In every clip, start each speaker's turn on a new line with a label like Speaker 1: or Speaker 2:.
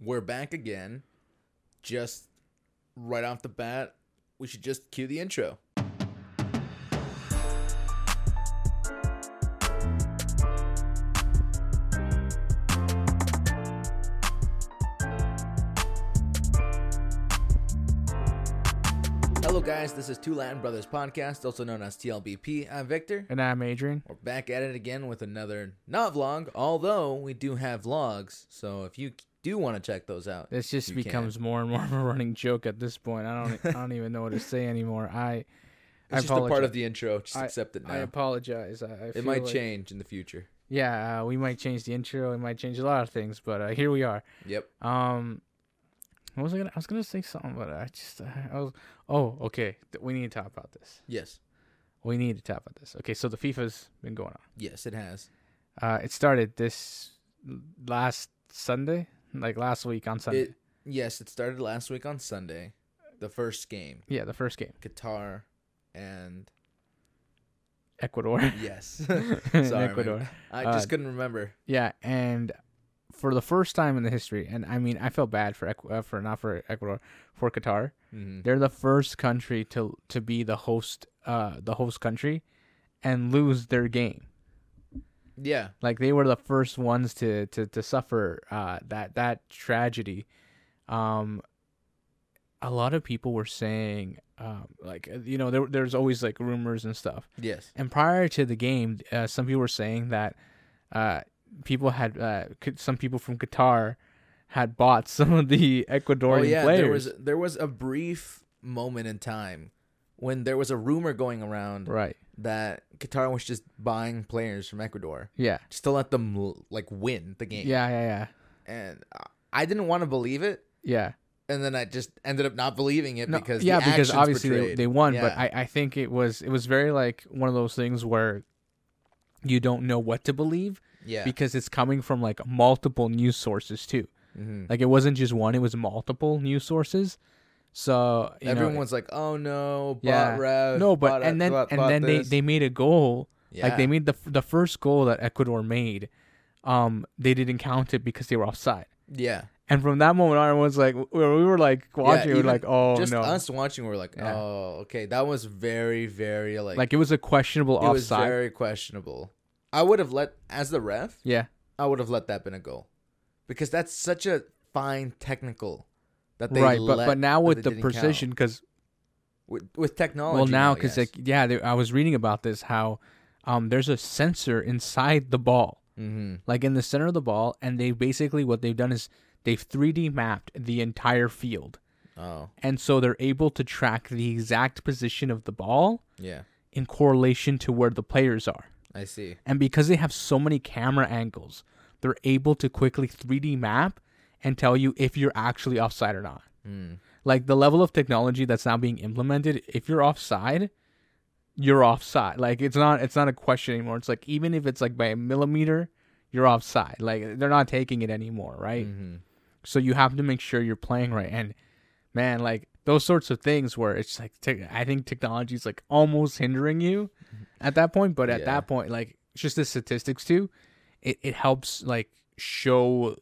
Speaker 1: We're back again. Just right off the bat, we should just cue the intro. Hello, guys. This is Two Latin Brothers Podcast, also known as TLBP. I'm Victor.
Speaker 2: And I'm Adrian.
Speaker 1: We're back at it again with another not vlog, although we do have vlogs. So if you do want to check those out,
Speaker 2: This just
Speaker 1: You can.
Speaker 2: becomes more and more of a running joke at this point. I don't e, I don't even know what to say anymore. I
Speaker 1: it's
Speaker 2: I
Speaker 1: just a part
Speaker 2: apologize.
Speaker 1: of the intro. Just accept it now.
Speaker 2: I apologize. I, I feel
Speaker 1: it might
Speaker 2: like-
Speaker 1: change in the future.
Speaker 2: Yeah, uh, we might change the intro. It might change a lot of things, but uh, here we are.
Speaker 1: Yep.
Speaker 2: Um what was I gonna I was gonna say something, but I just uh, I was oh, okay. Th- We need to talk about this.
Speaker 1: Yes.
Speaker 2: We need to talk about this. Okay, so the FIFA's been going on.
Speaker 1: Yes, it has.
Speaker 2: Uh it started this last Sunday, like last week on Sunday.
Speaker 1: It yes, it started last week on Sunday. The first game,
Speaker 2: yeah, the first game.
Speaker 1: Qatar and
Speaker 2: Ecuador.
Speaker 1: yes.
Speaker 2: In
Speaker 1: Sorry, man.
Speaker 2: Ecuador.
Speaker 1: I
Speaker 2: Uh,
Speaker 1: just couldn't remember.
Speaker 2: Yeah, and for the first time in the history, and I mean, I felt bad for Ecu- uh, for not for Ecuador, for Qatar.
Speaker 1: Mhm.
Speaker 2: They're the first country to to be the host, uh, the host country, and lose their game.
Speaker 1: Yeah.
Speaker 2: Like they were the first ones to to to suffer uh, that that tragedy. Um, a lot of people were saying, um, like you know, there there's always like rumors and stuff.
Speaker 1: Yes.
Speaker 2: And prior to the game, uh, some people were saying that uh, people had uh, could- some people from Qatar had bought some of the Ecuadorian
Speaker 1: oh yeah.
Speaker 2: players.
Speaker 1: There was there was a brief moment in time when there was a rumor going around
Speaker 2: right.
Speaker 1: that Qatar was just buying players from Ecuador
Speaker 2: Yeah.
Speaker 1: just to let them l- like win the game.
Speaker 2: Yeah. Yeah. Yeah.
Speaker 1: And I- I didn't want to believe it.
Speaker 2: Yeah.
Speaker 1: and then I just ended up not believing it
Speaker 2: No,
Speaker 1: because
Speaker 2: yeah,
Speaker 1: the
Speaker 2: because
Speaker 1: actions
Speaker 2: obviously they,
Speaker 1: portrayed.
Speaker 2: they won, but
Speaker 1: Yeah.
Speaker 2: I, I think it was it was very like one of those things where you don't know what to believe
Speaker 1: yeah
Speaker 2: because it's coming from like multiple news sources too.
Speaker 1: Mhm.
Speaker 2: Like it wasn't just one; it was multiple news sources. So you know,
Speaker 1: everyone was like oh no bot
Speaker 2: Yeah.
Speaker 1: ref
Speaker 2: no, but
Speaker 1: bot-
Speaker 2: and then
Speaker 1: bot-
Speaker 2: and
Speaker 1: bot
Speaker 2: then they,
Speaker 1: this."
Speaker 2: they made a goal. Like
Speaker 1: Yeah.
Speaker 2: they made the f- the first goal that Ecuador made. Um, they didn't count it because they were offside.
Speaker 1: yeah
Speaker 2: And from that moment on, everyone's like, we were, we were like watching, we
Speaker 1: even
Speaker 2: were like, oh
Speaker 1: just
Speaker 2: no,
Speaker 1: us watching we were like
Speaker 2: Yeah.
Speaker 1: oh okay that was very very like,
Speaker 2: like it was a questionable
Speaker 1: it was
Speaker 2: offside.
Speaker 1: very questionable I would have let as the ref
Speaker 2: yeah,
Speaker 1: I would have let that been a goal because that's such a fine technical that they
Speaker 2: right. But
Speaker 1: let-
Speaker 2: but now
Speaker 1: that
Speaker 2: with
Speaker 1: they
Speaker 2: the
Speaker 1: didn't count. Oh,
Speaker 2: precision, because
Speaker 1: with, with technology
Speaker 2: well now
Speaker 1: because
Speaker 2: because like yeah, they, I was reading about this how, um, there's a sensor inside the ball,
Speaker 1: mm-hmm.
Speaker 2: like in the center of the ball, and they basically what they've done is they've 3D mapped the entire field.
Speaker 1: oh
Speaker 2: and so they're able to track the exact position of the ball
Speaker 1: yeah
Speaker 2: in correlation to where the players are.
Speaker 1: I see
Speaker 2: And because they have so many camera angles, they're able to quickly 3D map and tell you if you're actually offside or not.
Speaker 1: Mm.
Speaker 2: Like the level of technology that's now being implemented, if you're offside, you're offside. Like it's not it's not a question anymore. It's like even if it's like by a millimeter, you're offside. Like they're not taking it anymore, right?
Speaker 1: mm-hmm.
Speaker 2: So you have to make sure you're playing right. And man, like those sorts of things where it's like tech I think technology is like almost hindering you at that point. But at
Speaker 1: Yeah.
Speaker 2: that point, like it's just the statistics too, it, it helps like show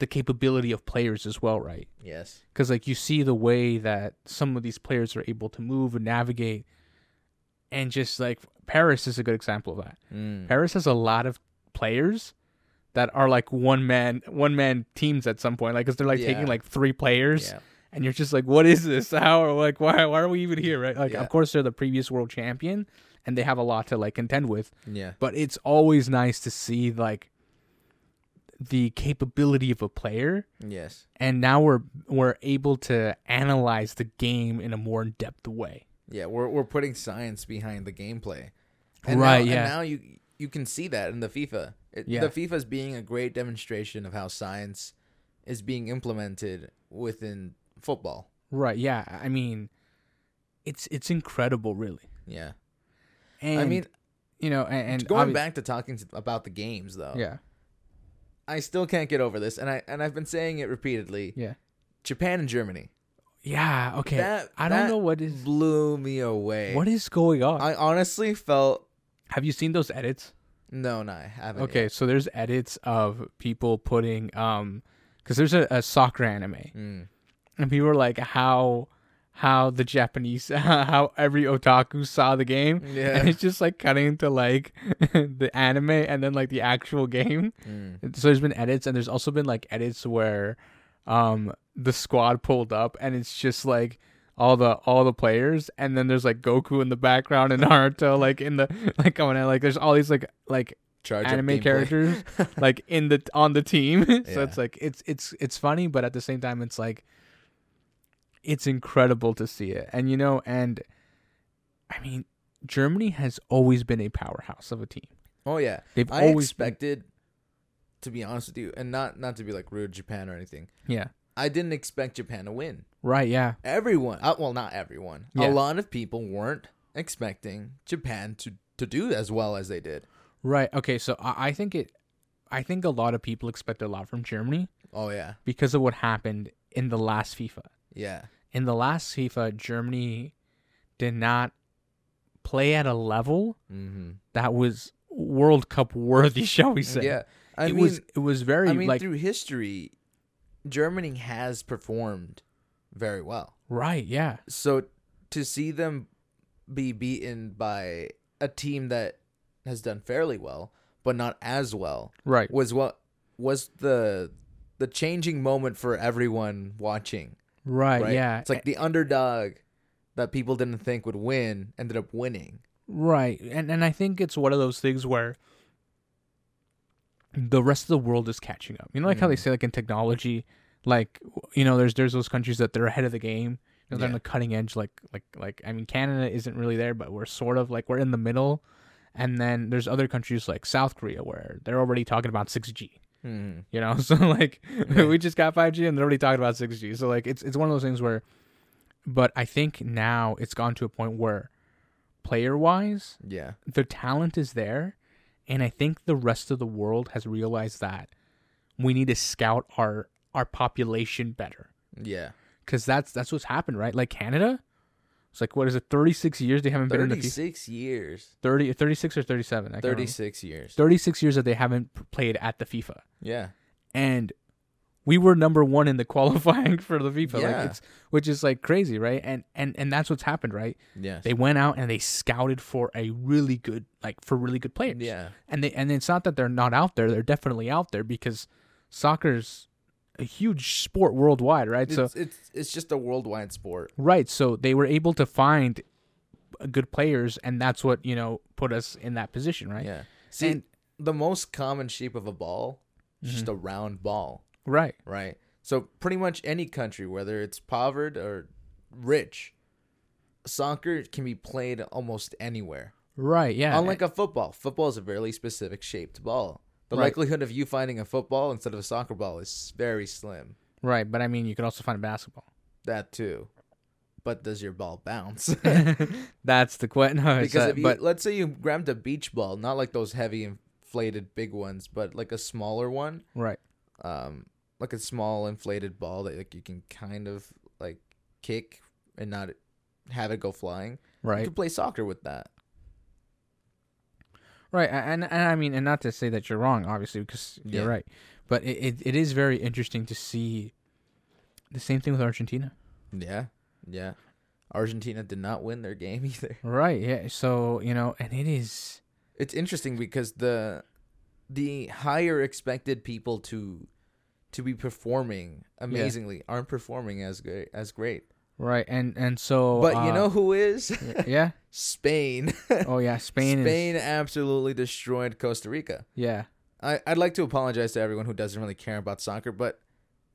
Speaker 2: the capability of players as well, right?
Speaker 1: yes
Speaker 2: Because like you see the way that some of these players are able to move and navigate, and just like Paris is a good example of that.
Speaker 1: mm.
Speaker 2: Paris has a lot of players that are like one man one man teams at some point, like because they're like
Speaker 1: Yeah.
Speaker 2: taking like three players,
Speaker 1: yeah
Speaker 2: and you're just like, what is this? How like why why are we even here? Right? Like
Speaker 1: Yeah.
Speaker 2: of course they're the previous world champion, and they have a lot to like contend with,
Speaker 1: yeah
Speaker 2: but it's always nice to see like the capability of a player
Speaker 1: yes
Speaker 2: and now we're we're able to analyze the game in a more in-depth way
Speaker 1: Yeah, we're we're putting science behind the gameplay.
Speaker 2: Right,
Speaker 1: Now,
Speaker 2: yeah.
Speaker 1: And now you you can see that in the FIFA. It,
Speaker 2: Yeah.
Speaker 1: The FIFA's being a great demonstration of how science is being implemented within football.
Speaker 2: right yeah i mean it's it's incredible really
Speaker 1: Yeah.
Speaker 2: and
Speaker 1: I mean,
Speaker 2: you know, and, and
Speaker 1: going
Speaker 2: obvi-
Speaker 1: back to talking to, about the games though.
Speaker 2: yeah,
Speaker 1: I still can't get over this and I and I've been saying it repeatedly.
Speaker 2: yeah,
Speaker 1: Japan and Germany
Speaker 2: yeah. Okay,
Speaker 1: That-
Speaker 2: I don't
Speaker 1: that-
Speaker 2: know what is
Speaker 1: blew me away.
Speaker 2: what is going on.
Speaker 1: I honestly felt
Speaker 2: Have you seen those edits?
Speaker 1: no, no, I haven't.
Speaker 2: Okay,
Speaker 1: yet.
Speaker 2: so there's edits of people putting um because there's a, a soccer anime,
Speaker 1: Mm.
Speaker 2: and people were like, how how the Japanese, how every otaku saw the game, and
Speaker 1: Yeah.
Speaker 2: it's just like cutting into like the anime and then like the actual game.
Speaker 1: Mm.
Speaker 2: So there's been edits, and there's also been like edits where, um, the squad pulled up, and it's just like all the all the players, and then there's like Goku in the background and Naruto like in the like coming out like there's all these like like
Speaker 1: Charge up
Speaker 2: anime
Speaker 1: gameplay.
Speaker 2: characters like in the on the team. so
Speaker 1: Yeah.
Speaker 2: it's like it's it's it's funny, but at the same time, it's like it's incredible to see it, and you know, and I mean, Germany has always been a powerhouse of a team.
Speaker 1: oh yeah.
Speaker 2: They've
Speaker 1: I
Speaker 2: always
Speaker 1: expected, to be honest with you, and not not to be like rude Japan or anything.
Speaker 2: been, yeah,
Speaker 1: I didn't expect Japan to win.
Speaker 2: right, yeah.
Speaker 1: Everyone, uh, well, not everyone.
Speaker 2: Yeah.
Speaker 1: A lot of people weren't expecting Japan to to do as well as they did.
Speaker 2: Right. Okay. So I, I think it. I think a lot of people expect a lot from Germany
Speaker 1: Oh yeah,
Speaker 2: because of what happened in the last FIFA.
Speaker 1: yeah,
Speaker 2: In the last FIFA, Germany did not play at a level
Speaker 1: mm-hmm.
Speaker 2: that was World Cup worthy, shall we say?
Speaker 1: yeah. I
Speaker 2: it
Speaker 1: mean,
Speaker 2: was. It was very
Speaker 1: I mean,
Speaker 2: like
Speaker 1: through history, Germany has performed very well.
Speaker 2: right. Yeah.
Speaker 1: So to see them be beaten by a team that has done fairly well, but not as well,
Speaker 2: Right.
Speaker 1: was what was the the changing moment for everyone watching.
Speaker 2: Right.
Speaker 1: Right?
Speaker 2: Uh, Yeah.
Speaker 1: it's like the underdog that people didn't think would win ended up winning.
Speaker 2: Right. And and I think it's one of those things where the rest of the world is catching up. You know like how they
Speaker 1: Mm.
Speaker 2: say like in technology like you know there's there's those countries that they're ahead of the game. You know, they're on
Speaker 1: Yeah.
Speaker 2: the cutting edge like like like I mean Canada isn't really there but we're sort of like we're in the middle. And then there's other countries like South Korea where they're already talking about 6G.
Speaker 1: Hmm.
Speaker 2: You know, so like we just got 5G and they're already talking about 6G. So like it's it's one of those things where but I think now it's gone to a point where player wise
Speaker 1: Yeah,
Speaker 2: the talent is there and i think the rest of the world has realized that we need to scout our our population better
Speaker 1: yeah.
Speaker 2: because that's that's what's happened right like canada it's like what is it 36 years they haven't been in the um,
Speaker 1: Thirty
Speaker 2: P-
Speaker 1: six years.
Speaker 2: 30 36 or 37 I can't remember.
Speaker 1: Thirty six years.
Speaker 2: 36 years that they haven't p- played at the fifa
Speaker 1: Yeah.
Speaker 2: and we were number one in the qualifying for the fifa like
Speaker 1: Yeah.
Speaker 2: it's which is like crazy right and and and that's what's happened right
Speaker 1: Yes.
Speaker 2: they went out and they scouted for a really good like for really good players
Speaker 1: yeah.
Speaker 2: and they and it's not that they're not out there; they're definitely out there because soccer's a huge sport worldwide, right? so
Speaker 1: it's, it's it's just a worldwide sport.
Speaker 2: right, so they were able to find good players, and that's what you know put us in that position, right?
Speaker 1: Yeah. See,
Speaker 2: And-
Speaker 1: the most common shape of a ball is
Speaker 2: Mm-hmm.
Speaker 1: just a round ball,
Speaker 2: Right,
Speaker 1: right? So pretty much any country, whether it's povered or rich, soccer can be played almost anywhere.
Speaker 2: right, yeah.
Speaker 1: Unlike a football, football is a very specific shaped ball. The
Speaker 2: Right.
Speaker 1: likelihood of you finding a football instead of a soccer ball is very slim.
Speaker 2: right, but I mean, you could also find basketball.
Speaker 1: That too. But does your ball bounce?
Speaker 2: that's the question. No, it's
Speaker 1: Because
Speaker 2: not-
Speaker 1: if you,
Speaker 2: but
Speaker 1: let's say you grabbed a beach ball, not like those heavy inflated big ones, but like a smaller one,
Speaker 2: right,
Speaker 1: um, like a small inflated ball that like you can kind of like kick and not have it go flying. You
Speaker 2: right,
Speaker 1: can play soccer with that.
Speaker 2: right, a- and and I mean, and not to say that you're wrong, obviously, because you're
Speaker 1: Yeah.
Speaker 2: right, but it, it it is very interesting to see the same thing with Argentina.
Speaker 1: Yeah, yeah. Argentina did not win their game either.
Speaker 2: Right. Yeah. So you know, and it is
Speaker 1: It's interesting because the the higher expected people to to be performing amazingly aren't performing as good as great.
Speaker 2: right, and and so.
Speaker 1: But you
Speaker 2: uh,
Speaker 1: know who is?
Speaker 2: Yeah.
Speaker 1: Spain.
Speaker 2: Oh yeah. Spain.
Speaker 1: Spain,
Speaker 2: Spain. Is,
Speaker 1: absolutely destroyed Costa Rica.
Speaker 2: yeah.
Speaker 1: I, I'd like to apologize to everyone who doesn't really care about soccer, but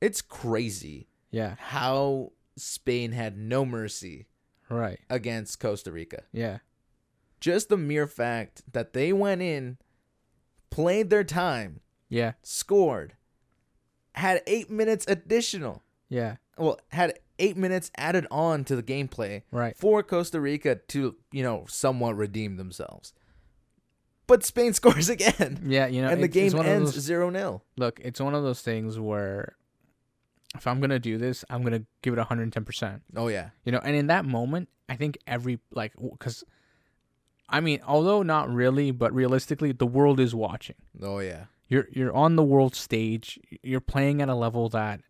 Speaker 1: it's crazy
Speaker 2: Yeah.
Speaker 1: how Spain had no mercy
Speaker 2: Right.
Speaker 1: against Costa Rica.
Speaker 2: Yeah.
Speaker 1: Just the mere fact that they went in, played their time,
Speaker 2: Yeah.
Speaker 1: scored, had eight minutes additional.
Speaker 2: Yeah.
Speaker 1: Well, had eight minutes added on to the gameplay
Speaker 2: Right.
Speaker 1: for Costa Rica to, you know, somewhat redeem themselves. But Spain scores again.
Speaker 2: Yeah. You know,
Speaker 1: and the
Speaker 2: it's- it's
Speaker 1: game
Speaker 2: one of
Speaker 1: ends
Speaker 2: those-
Speaker 1: zero nil.
Speaker 2: look, it's one of those things where if I'm gonna do this, I'm gonna give it 110. percent
Speaker 1: Oh yeah,
Speaker 2: You know, and in that moment, I think every like because. I mean, although not really, but realistically, the world is watching.
Speaker 1: oh yeah,
Speaker 2: You're you're on the world stage. You're playing at a level that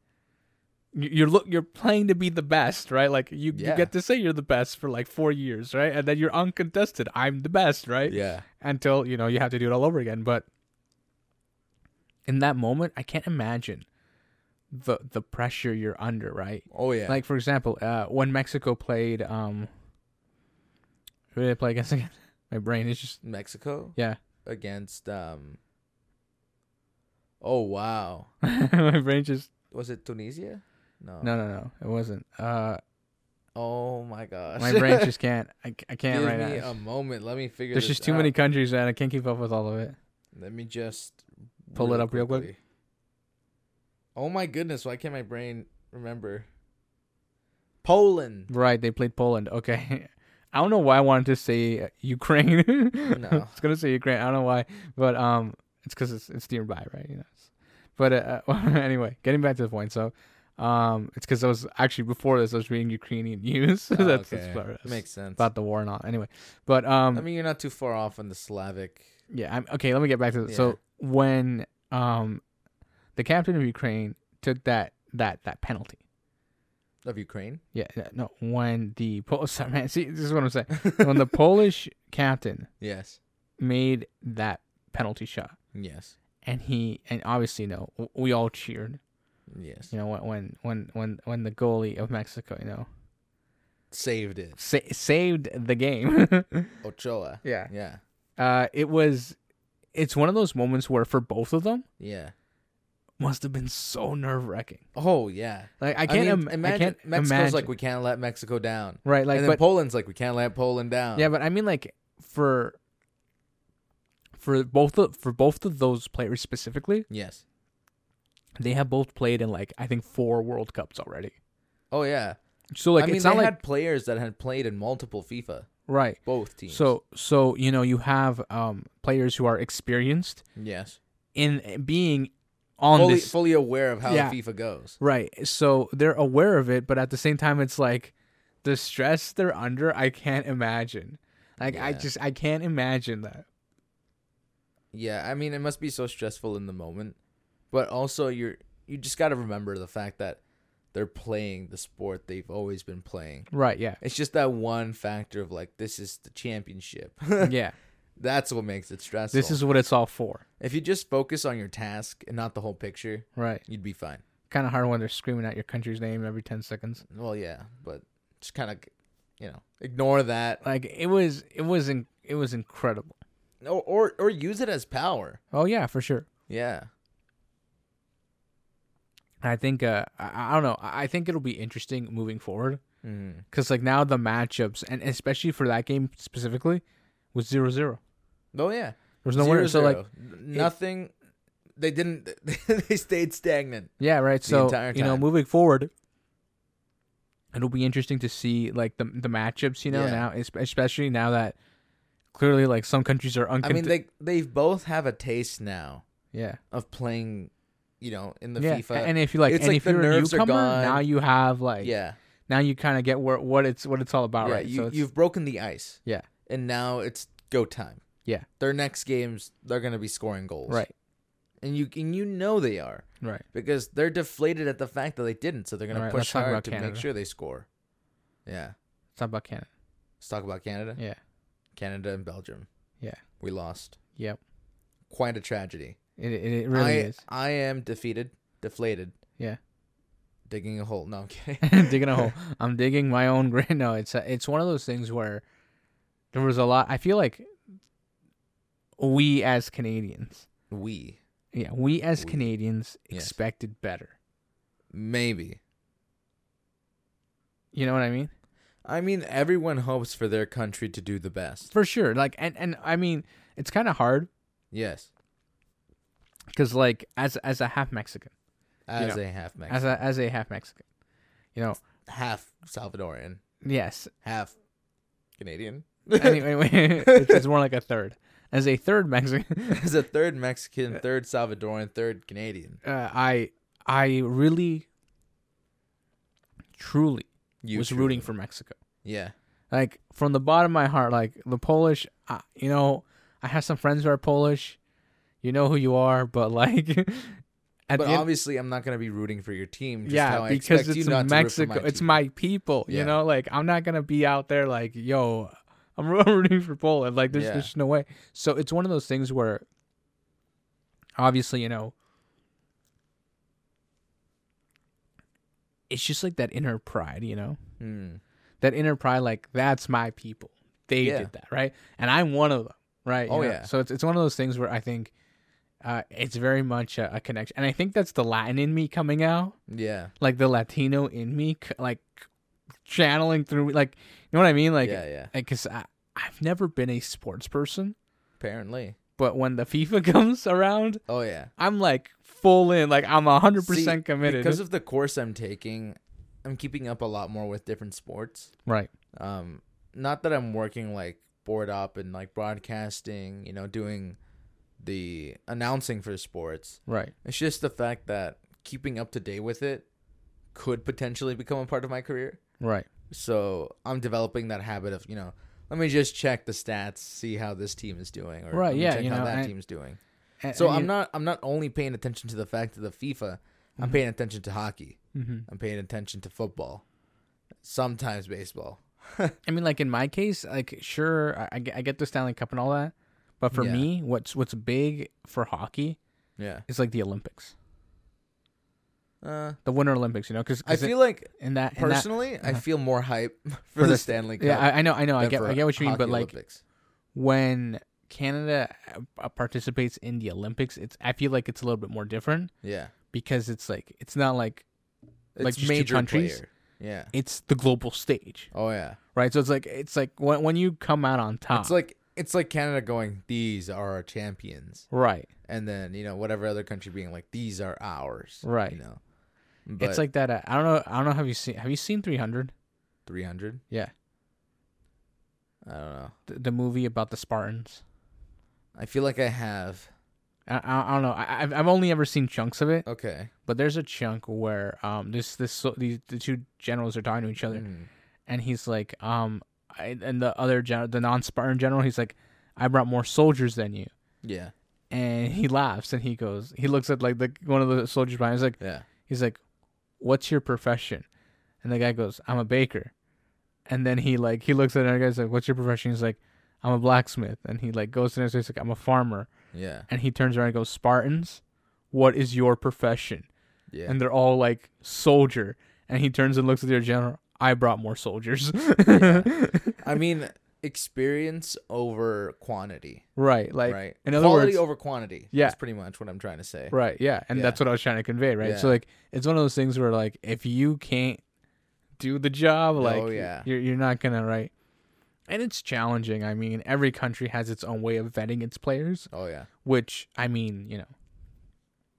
Speaker 2: you- you're look you're playing to be the best, right? Like you,
Speaker 1: Yeah.
Speaker 2: you get to say you're the best for like four years, right? And then you're uncontested. I'm the best, right?
Speaker 1: Yeah.
Speaker 2: Until you know you have to do it all over again. But in that moment, I can't imagine the the pressure you're under, right?
Speaker 1: Oh yeah.
Speaker 2: Like for example, uh, when Mexico played, um, who did they play against again? My brain is just
Speaker 1: Mexico
Speaker 2: yeah.
Speaker 1: against um Oh wow.
Speaker 2: My brain just
Speaker 1: Was it Tunisia? No.
Speaker 2: no no no. It wasn't. Uh,
Speaker 1: Oh my gosh.
Speaker 2: my brain just can't. I, I can't
Speaker 1: Give
Speaker 2: right
Speaker 1: me um,
Speaker 2: now.
Speaker 1: a moment. Let me figure
Speaker 2: There's
Speaker 1: this
Speaker 2: just too
Speaker 1: out.
Speaker 2: many countries, man. I can't keep up with all of it.
Speaker 1: Let me just
Speaker 2: Pull it up real quick.
Speaker 1: quickly. Oh my goodness, why can't my brain remember? Poland.
Speaker 2: Right, they played Poland. Okay. I don't know why I wanted to say uh, Ukraine. I
Speaker 1: No.
Speaker 2: was gonna say Ukraine. I don't know why, but um, it's because it's it's nearby, right? You know. it's- But uh, anyway, getting back to the point. So, um, it's because I was actually before this I was reading Ukrainian news.
Speaker 1: Oh,
Speaker 2: that's,
Speaker 1: okay.
Speaker 2: that's about, that's
Speaker 1: Makes sense.
Speaker 2: about the war and all. Anyway, but um,
Speaker 1: I mean, you're not too far off on the Slavic.
Speaker 2: yeah. I'm, okay, let me get back to this.
Speaker 1: Yeah.
Speaker 2: So when um, the captain of Ukraine took that that that penalty.
Speaker 1: Of Ukraine?
Speaker 2: Yeah, yeah, no. When the Polish man, see, this is what I'm saying. when the Polish captain
Speaker 1: Yes.
Speaker 2: made that penalty shot,
Speaker 1: Yes.
Speaker 2: and he, and obviously, no, w- we all cheered.
Speaker 1: Yes.
Speaker 2: You know, when when when when, when the goalie of Mexico, you know,
Speaker 1: Saved it.
Speaker 2: sa- saved the game.
Speaker 1: Ochoa.
Speaker 2: yeah.
Speaker 1: Yeah.
Speaker 2: Uh, it was, it's one of those moments where for both of them
Speaker 1: Yeah.
Speaker 2: must have been so nerve wracking.
Speaker 1: Oh yeah.
Speaker 2: Like I can't
Speaker 1: mean,
Speaker 2: im-
Speaker 1: imagine
Speaker 2: I can't
Speaker 1: Mexico's
Speaker 2: imagine.
Speaker 1: like we can't let Mexico down.
Speaker 2: right, like
Speaker 1: and then
Speaker 2: but
Speaker 1: Poland's like we can't let Poland down.
Speaker 2: Yeah, but I mean like for for both of, for both of those players specifically,
Speaker 1: Yes.
Speaker 2: they have both played in like I think four World Cups already.
Speaker 1: Oh yeah.
Speaker 2: So like
Speaker 1: I mean,
Speaker 2: it's
Speaker 1: they
Speaker 2: not like
Speaker 1: had players that had played in multiple FIFA.
Speaker 2: right.
Speaker 1: Both teams.
Speaker 2: So so you know you have um players who are experienced
Speaker 1: yes,
Speaker 2: in being on
Speaker 1: fully
Speaker 2: this
Speaker 1: fully aware of how
Speaker 2: Yeah.
Speaker 1: FIFA goes.
Speaker 2: right. So they're aware of it, but at the same time it's like the stress they're under, I can't imagine. Like I
Speaker 1: Yeah.
Speaker 2: just I can't imagine that.
Speaker 1: Yeah, I mean, it must be so stressful in the moment, but also you're you just got to remember the fact that they're playing the sport they've always been playing.
Speaker 2: Right, yeah.
Speaker 1: It's just that one factor of like this is the championship.
Speaker 2: yeah.
Speaker 1: That's what makes it stressful.
Speaker 2: This is what it's all for.
Speaker 1: if you just focus on your task and not the whole picture,
Speaker 2: Right.
Speaker 1: you'd be fine.
Speaker 2: kind of hard when they're screaming out your country's name every 10 seconds
Speaker 1: Well, yeah, but just kind of, you know, ignore that
Speaker 2: like it was it was in, it was incredible
Speaker 1: or, or or use it as power.
Speaker 2: oh yeah for sure
Speaker 1: Yeah,
Speaker 2: i think uh i, I don't know i I think it'll be interesting moving forward
Speaker 1: mm.
Speaker 2: because like now the matchups and especially for that game specifically was zero zero
Speaker 1: oh yeah.
Speaker 2: there's no winner so like
Speaker 1: Zero. nothing. they didn't. They stayed stagnant.
Speaker 2: yeah right so
Speaker 1: entire
Speaker 2: you know
Speaker 1: time.
Speaker 2: moving forward it'll be interesting to see like the the matchups you know
Speaker 1: Yeah.
Speaker 2: now es- especially now that clearly like some countries are uncont-
Speaker 1: I mean, they they both have a taste now
Speaker 2: yeah
Speaker 1: of playing, you know, in the FIFA.
Speaker 2: and if you like,
Speaker 1: It's
Speaker 2: and
Speaker 1: like
Speaker 2: if
Speaker 1: the
Speaker 2: you're a
Speaker 1: nerves are
Speaker 2: newcomer,
Speaker 1: gone.
Speaker 2: now you have like,
Speaker 1: yeah,
Speaker 2: now you kind of get where, what it's what it's all about,
Speaker 1: yeah.
Speaker 2: right?
Speaker 1: you
Speaker 2: so it's,
Speaker 1: you've broken the ice,
Speaker 2: yeah,
Speaker 1: and now it's go time.
Speaker 2: Yeah.
Speaker 1: their next games they're gonna be scoring goals,
Speaker 2: right,
Speaker 1: And you and you know they are
Speaker 2: right.
Speaker 1: because they're deflated at the fact that they didn't, so they're gonna
Speaker 2: Alright,
Speaker 1: push
Speaker 2: let's talk
Speaker 1: hard
Speaker 2: about
Speaker 1: to make
Speaker 2: Canada.
Speaker 1: sure they score. Yeah,
Speaker 2: It's not about Canada.
Speaker 1: let's talk about Canada,
Speaker 2: Yeah,
Speaker 1: Canada and Belgium.
Speaker 2: Yeah.
Speaker 1: we lost.
Speaker 2: yep.
Speaker 1: Quite a tragedy.
Speaker 2: It it, it really
Speaker 1: I,
Speaker 2: is.
Speaker 1: I am defeated, deflated.
Speaker 2: Yeah.
Speaker 1: Digging a hole. No, I'm kidding.
Speaker 2: digging a hole. I'm digging my own grave. No, it's it's one of those things where there was a lot. I feel like we as Canadians,
Speaker 1: We.
Speaker 2: yeah, we as
Speaker 1: We.
Speaker 2: Canadians
Speaker 1: Yes.
Speaker 2: expected better.
Speaker 1: Maybe.
Speaker 2: You know what I mean?
Speaker 1: I mean, everyone hopes for their country to do the best.
Speaker 2: For sure. Like, and and I mean, it's kind of hard
Speaker 1: Yes.
Speaker 2: because like as as a half Mexican.
Speaker 1: As
Speaker 2: know,
Speaker 1: a half Mexican.
Speaker 2: as a as a half Mexican. You know,
Speaker 1: half Salvadorian.
Speaker 2: yes.
Speaker 1: Half Canadian.
Speaker 2: Anyway, it's, it's more like a third. As a third Mexican,
Speaker 1: As a third Mexican, third Salvadoran, third Canadian.
Speaker 2: uh, I I really truly
Speaker 1: You
Speaker 2: was
Speaker 1: truly.
Speaker 2: rooting for Mexico.
Speaker 1: Yeah.
Speaker 2: Like from the bottom of my heart, like the Polish, uh, you know, I have some friends who are Polish. you know who you are, but like
Speaker 1: but
Speaker 2: at the end,
Speaker 1: obviously, I'm not gonna be rooting for your team. Just how
Speaker 2: yeah,
Speaker 1: I
Speaker 2: because
Speaker 1: expect
Speaker 2: it's
Speaker 1: you not
Speaker 2: Mexico,
Speaker 1: To root for my
Speaker 2: it's
Speaker 1: team.
Speaker 2: my people.
Speaker 1: Yeah.
Speaker 2: You know, like I'm not gonna be out there like, yo, I'm rooting for Poland. Like there's
Speaker 1: Yeah.
Speaker 2: there's no way. So it's one of those things where obviously, you know, it's just like that inner pride, you know?
Speaker 1: Hmm.
Speaker 2: that inner pride, like that's my people. They
Speaker 1: Yeah.
Speaker 2: did that, right? And I'm one of them, right? You
Speaker 1: Oh, yeah.
Speaker 2: So it's it's one of those things where I think uh, it's very much a, a connection, and I think that's the Latin in me coming out,
Speaker 1: Yeah,
Speaker 2: like the Latino in me, c- like channeling through, like you know what I mean, like
Speaker 1: yeah, yeah.
Speaker 2: because I I've never been a sports person,
Speaker 1: Apparently,
Speaker 2: but when the FIFA comes around,
Speaker 1: oh yeah.
Speaker 2: I'm like full in, like I'm hundred
Speaker 1: See,
Speaker 2: percent committed,
Speaker 1: because of the course I'm taking. I'm keeping up a lot more with different sports.
Speaker 2: right?
Speaker 1: Um, not that I'm working like board up and like broadcasting, you know, doing the announcing for sports.
Speaker 2: Right.
Speaker 1: It's just the fact that keeping up to date with it could potentially become a part of my career.
Speaker 2: Right.
Speaker 1: So I'm developing that habit of, you know, let me just check the stats, see how this team is doing, or
Speaker 2: Right,
Speaker 1: let me
Speaker 2: yeah,
Speaker 1: check
Speaker 2: you
Speaker 1: how
Speaker 2: know,
Speaker 1: that
Speaker 2: and-
Speaker 1: team's doing.
Speaker 2: And-
Speaker 1: So
Speaker 2: and
Speaker 1: I'm
Speaker 2: you-
Speaker 1: not I'm not only paying attention to the fact of the FIFA,
Speaker 2: Mm-hmm.
Speaker 1: I'm paying attention to hockey.
Speaker 2: Mhm.
Speaker 1: I'm paying attention to football, sometimes baseball.
Speaker 2: I mean, like in my case, like sure, I, I get I get the Stanley Cup and all that, but for
Speaker 1: Yeah.
Speaker 2: me, what's what's big for hockey
Speaker 1: Yeah,
Speaker 2: is like the Olympics,
Speaker 1: uh,
Speaker 2: the Winter Olympics, you know, because
Speaker 1: I feel like
Speaker 2: in that in that-
Speaker 1: personally, I feel more hype for,
Speaker 2: for
Speaker 1: the
Speaker 2: the-
Speaker 1: Stanley Cup.
Speaker 2: yeah, I, I know, I know, I
Speaker 1: than
Speaker 2: get,
Speaker 1: for
Speaker 2: I get what you mean, but
Speaker 1: hockey
Speaker 2: like
Speaker 1: Olympics.
Speaker 2: when Canada uh, participates in the Olympics, it's I feel like it's a little bit more different
Speaker 1: yeah,
Speaker 2: because it's like it's not like
Speaker 1: it's
Speaker 2: like just two
Speaker 1: major
Speaker 2: countries?
Speaker 1: player. Yeah.
Speaker 2: it's the global stage,
Speaker 1: Oh yeah.
Speaker 2: right? So it's like it's like when when you come out on top,
Speaker 1: It's like it's like Canada going. These are our champions.
Speaker 2: right.
Speaker 1: and then you know whatever other country being like these are ours
Speaker 2: Right.
Speaker 1: you know but
Speaker 2: it's like that. Uh, I don't know. I don't know. Have you seen? Have you seen Three Hundred?
Speaker 1: 300
Speaker 2: Yeah.
Speaker 1: i don't know
Speaker 2: the, the movie about the Spartans.
Speaker 1: i feel like i have
Speaker 2: I, I, I don't know. I, I've I've only ever seen chunks of it,
Speaker 1: okay
Speaker 2: but there's a chunk where um this this so, these the two generals are talking to each other,
Speaker 1: Mhm.
Speaker 2: and he's like um I, and the other general the non-Spartan general he's like I brought more soldiers than you,
Speaker 1: yeah
Speaker 2: and he laughs and he goes he looks at like the one of the soldiers behind he's like
Speaker 1: yeah
Speaker 2: he's like what's your profession, and the guy goes I'm a baker, and then he like he looks at another guy he's like what's your profession he's like I'm a blacksmith and he like goes to the next guy, he's like I'm a farmer
Speaker 1: yeah
Speaker 2: and he turns around and goes, Spartans, what is your profession?
Speaker 1: yeah
Speaker 2: And they're all like, soldier. And he turns and looks at their general, I brought more soldiers.
Speaker 1: i mean experience over quantity
Speaker 2: right. Like,
Speaker 1: right
Speaker 2: in other
Speaker 1: quality
Speaker 2: words-
Speaker 1: over quantity
Speaker 2: Yeah.
Speaker 1: that's pretty much what i'm trying to say
Speaker 2: right. Yeah. And
Speaker 1: Yeah.
Speaker 2: that's what I was trying to convey, right? So,
Speaker 1: Yeah.
Speaker 2: like, it's one of those things where, like, if you can't do the job, like,
Speaker 1: Oh, yeah.
Speaker 2: you're, you're not going to, right? And it's challenging. I mean, every country has its own way of vetting its players,
Speaker 1: oh yeah
Speaker 2: which, I mean, you know,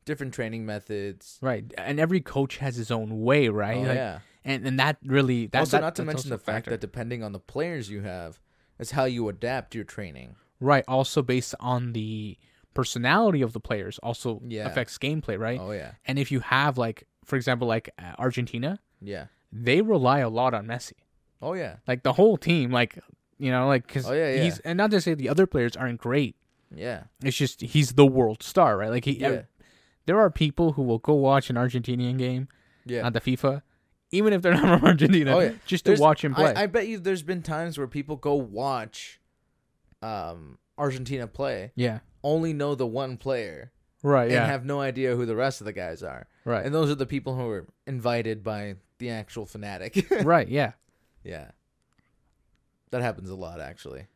Speaker 1: different training methods
Speaker 2: right. And every coach has his own way, right?
Speaker 1: oh
Speaker 2: Like,
Speaker 1: yeah
Speaker 2: and and that really that,
Speaker 1: also
Speaker 2: that-
Speaker 1: not to
Speaker 2: that's
Speaker 1: mention
Speaker 2: also
Speaker 1: the
Speaker 2: a
Speaker 1: fact
Speaker 2: factor.
Speaker 1: that depending on the players you have is how you adapt your training
Speaker 2: right also based on the personality of the players also
Speaker 1: Yeah.
Speaker 2: affects gameplay right
Speaker 1: oh yeah
Speaker 2: and if you have like for example like uh, Argentina
Speaker 1: yeah
Speaker 2: they rely a lot on Messi
Speaker 1: oh yeah
Speaker 2: like the whole team like you know like cuz
Speaker 1: Oh, yeah, yeah.
Speaker 2: he's and not to say the other players aren't great
Speaker 1: yeah
Speaker 2: it's just he's the world star right like he
Speaker 1: yeah
Speaker 2: there are people who will go watch an Argentinian game
Speaker 1: yeah
Speaker 2: at the FIFA even if they're not from Argentina
Speaker 1: Oh, yeah.
Speaker 2: just
Speaker 1: There's-
Speaker 2: to watch him play
Speaker 1: I, I bet you there's been times where people go watch um, Argentina play,
Speaker 2: yeah
Speaker 1: only know the one player,
Speaker 2: right yeah
Speaker 1: and have no idea who the rest of the guys are.
Speaker 2: right
Speaker 1: And those are the people who are invited by the actual fanatic.
Speaker 2: right yeah
Speaker 1: yeah. That happens a lot, actually,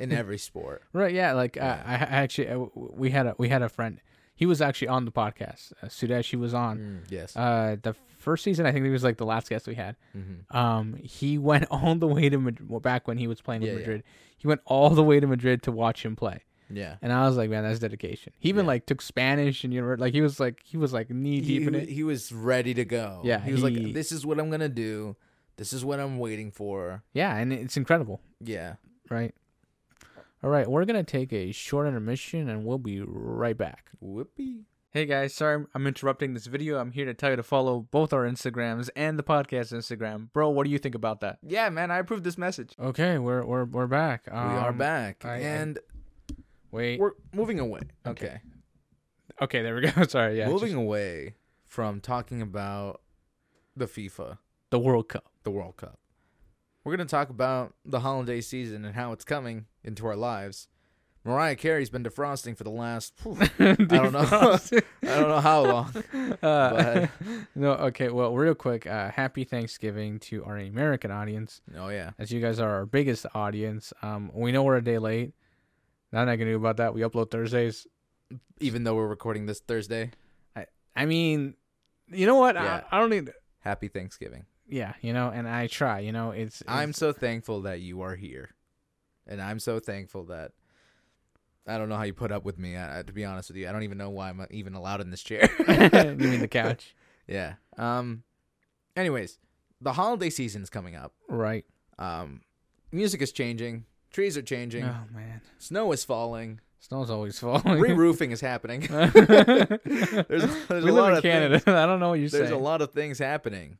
Speaker 1: in every sport.
Speaker 2: Right. Yeah. Like
Speaker 1: Yeah.
Speaker 2: Uh, I, I actually uh, w- we had a we had a friend. He was actually on the podcast. Uh, Sudesh. He was on
Speaker 1: Mm, yes.
Speaker 2: uh, the first season. I think he was like the last guest we had.
Speaker 1: hmm
Speaker 2: Um, he went all the way to Madrid, well, back when he was playing with
Speaker 1: Yeah, yeah.
Speaker 2: Madrid. He went all the way to Madrid to watch him play,
Speaker 1: Yeah.
Speaker 2: and I was like, man, that's dedication. He even
Speaker 1: Yeah.
Speaker 2: like took Spanish and you know, like he was like he was like knee
Speaker 1: He,
Speaker 2: deep in
Speaker 1: he,
Speaker 2: it.
Speaker 1: he was ready to go.
Speaker 2: Yeah,
Speaker 1: He was
Speaker 2: he-
Speaker 1: like, this is what I'm going to do. This is what I'm waiting for.
Speaker 2: Yeah, and it's incredible,
Speaker 1: Yeah.
Speaker 2: right? All right, we're gonna take a short intermission, and we'll be right back.
Speaker 1: Whoopee.
Speaker 2: Hey guys, sorry I'm interrupting this video. I'm here to tell you to follow both our Instagrams and the podcast Instagram. Bro, what do you think about that?
Speaker 1: Yeah, man, I approved this message.
Speaker 2: Okay, we're we're we're back.
Speaker 1: we are back.
Speaker 2: Um, I- I-
Speaker 1: and
Speaker 2: Wait.
Speaker 1: We're moving away. Okay.
Speaker 2: Okay. Okay, there we go. Sorry, yeah.
Speaker 1: Moving
Speaker 2: just
Speaker 1: away from talking about the FIFA,
Speaker 2: the World Cup.
Speaker 1: the World Cup, we're going to talk about the holiday season and how it's coming into our lives. Mariah Carey's been defrosting for the last, whew, I don't know.
Speaker 2: Defrost.
Speaker 1: don't know how long.
Speaker 2: Uh,
Speaker 1: But-
Speaker 2: no, okay. Well, real quick, uh, happy Thanksgiving to our American audience,
Speaker 1: Oh, yeah.
Speaker 2: as you guys are our biggest audience. Um, we know we're a day late. Not I can do about that. We upload Thursdays.
Speaker 1: Even though we're recording this Thursday,
Speaker 2: I mean, you know what?
Speaker 1: Yeah.
Speaker 2: I, I don't need.
Speaker 1: happy Thanksgiving.
Speaker 2: Yeah, you know, and I try. You know, it's. it's
Speaker 1: I'm so thankful that you are here. And I'm so thankful that I don't know how you put up with me. I, I- to be honest with you, I don't even know why I'm even allowed in this chair.
Speaker 2: you mean the couch,
Speaker 1: Yeah. Um anyways, the holiday season's coming up.
Speaker 2: right?
Speaker 1: Um music is changing, trees are changing,
Speaker 2: Oh man,
Speaker 1: snow is falling,
Speaker 2: snow's always falling.
Speaker 1: re-roofing is happening.
Speaker 2: there's,
Speaker 1: there's there's
Speaker 2: we
Speaker 1: a
Speaker 2: live
Speaker 1: lot
Speaker 2: in
Speaker 1: of
Speaker 2: Canada.
Speaker 1: Things,
Speaker 2: I don't know what you're
Speaker 1: there's
Speaker 2: saying.
Speaker 1: a lot of things happening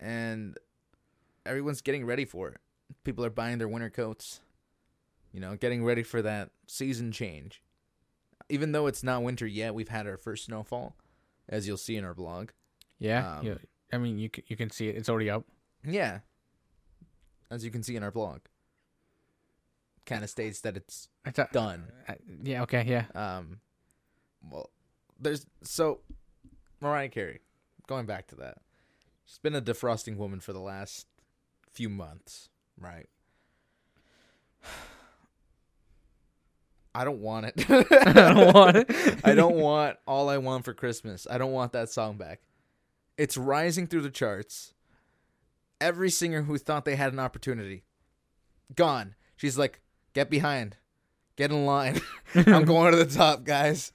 Speaker 1: and everyone's getting ready for it. People are buying their winter coats, you know, getting ready for that season change. Even though it's not winter yet, we've had our first snowfall, as you'll see in our blog.
Speaker 2: yeah,
Speaker 1: um,
Speaker 2: yeah. I mean, you c- you can see it. It's already up.
Speaker 1: Yeah. As you can see in our blog. Kind of states that it's
Speaker 2: It's a,
Speaker 1: done.
Speaker 2: uh, yeah. Okay. Yeah.
Speaker 1: Um well there's so Mariah Carey, going back to that. She's been a defrosting woman for the last few months, right? I don't want it. I
Speaker 2: don't want it.
Speaker 1: I don't want all I want for Christmas. I don't want that song back. It's rising through the charts. Every singer who thought they had an opportunity, gone. She's like, get behind, get in line. I'm going to the top, guys.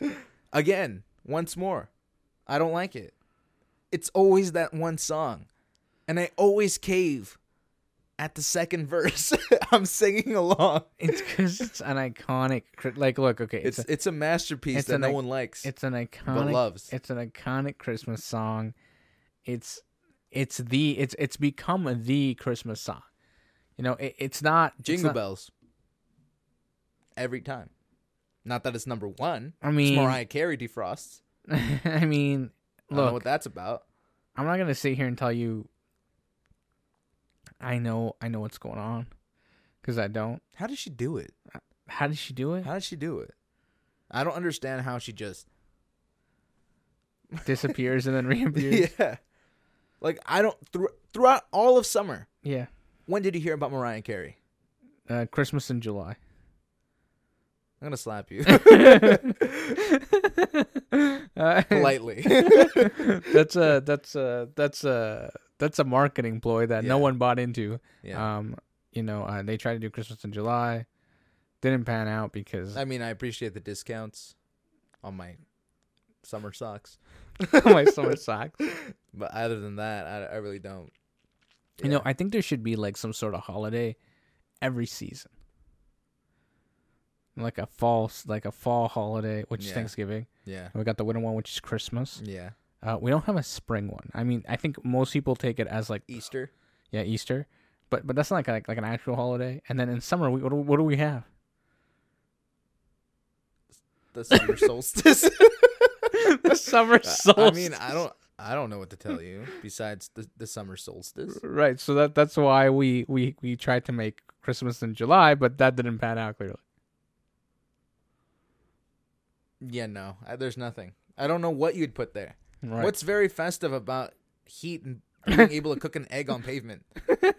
Speaker 1: Again, once more. I don't like it. It's always that one song. And I always cave at the second verse. I'm singing along.
Speaker 2: It's because it's an iconic. cri- Like, look. Okay.
Speaker 1: It's
Speaker 2: It's it's,
Speaker 1: it's a masterpiece
Speaker 2: it's
Speaker 1: that
Speaker 2: an
Speaker 1: no
Speaker 2: ic-
Speaker 1: one likes.
Speaker 2: a, it's an
Speaker 1: but
Speaker 2: iconic.
Speaker 1: loves.
Speaker 2: It's an iconic Christmas song. It's it's the it's it's become the Christmas song. You know, it, it's not it's
Speaker 1: Jingle
Speaker 2: not-
Speaker 1: bells. Every time. Not that it's number one.
Speaker 2: I
Speaker 1: It's
Speaker 2: mean,
Speaker 1: Mariah Carey defrosts.
Speaker 2: I mean,
Speaker 1: I don't know
Speaker 2: look.
Speaker 1: what that's about.
Speaker 2: I'm not gonna sit here and tell you. I know, I know what's going on, because I don't.
Speaker 1: How did she do it?
Speaker 2: How did she do it?
Speaker 1: How did she do it? I don't understand how she just
Speaker 2: Disappears and then reappears. Yeah.
Speaker 1: Yeah. Like I don't thro- throughout all of summer. When did you hear about Mariah Carey?
Speaker 2: Uh, Christmas in July.
Speaker 1: I'm gonna slap you
Speaker 2: Uh,
Speaker 1: politely.
Speaker 2: that's a that's a that's a that's a marketing ploy that no
Speaker 1: Yeah.
Speaker 2: one bought into.
Speaker 1: yeah.
Speaker 2: Um, you know, uh, they tried to do Christmas in July, didn't pan out because
Speaker 1: I mean, I appreciate the discounts on my summer socks,
Speaker 2: my summer socks.
Speaker 1: but other than that, I, I really don't.
Speaker 2: You
Speaker 1: Yeah.
Speaker 2: know, I think there should be like some sort of holiday every season. Like a fall, like a fall holiday, which is
Speaker 1: Yeah.
Speaker 2: Thanksgiving.
Speaker 1: Yeah.
Speaker 2: And we got the winter one, which is Christmas.
Speaker 1: Yeah.
Speaker 2: Uh, we don't have a spring one. I mean, I think most people take it as like
Speaker 1: Easter.
Speaker 2: yeah Easter, but but that's not like like, like an actual holiday. And then in summer, we, what do, what do we have?
Speaker 1: the summer solstice.
Speaker 2: the summer
Speaker 1: I
Speaker 2: solstice.
Speaker 1: mean, I don't, I don't know what to tell you besides the, the summer solstice.
Speaker 2: right. So that that's why we we we tried to make Christmas in July, but that didn't pan out clearly.
Speaker 1: Yeah, no, I, there's nothing. I don't know what you'd put there.
Speaker 2: Right.
Speaker 1: What's very festive about heat and being able to cook an egg on pavement?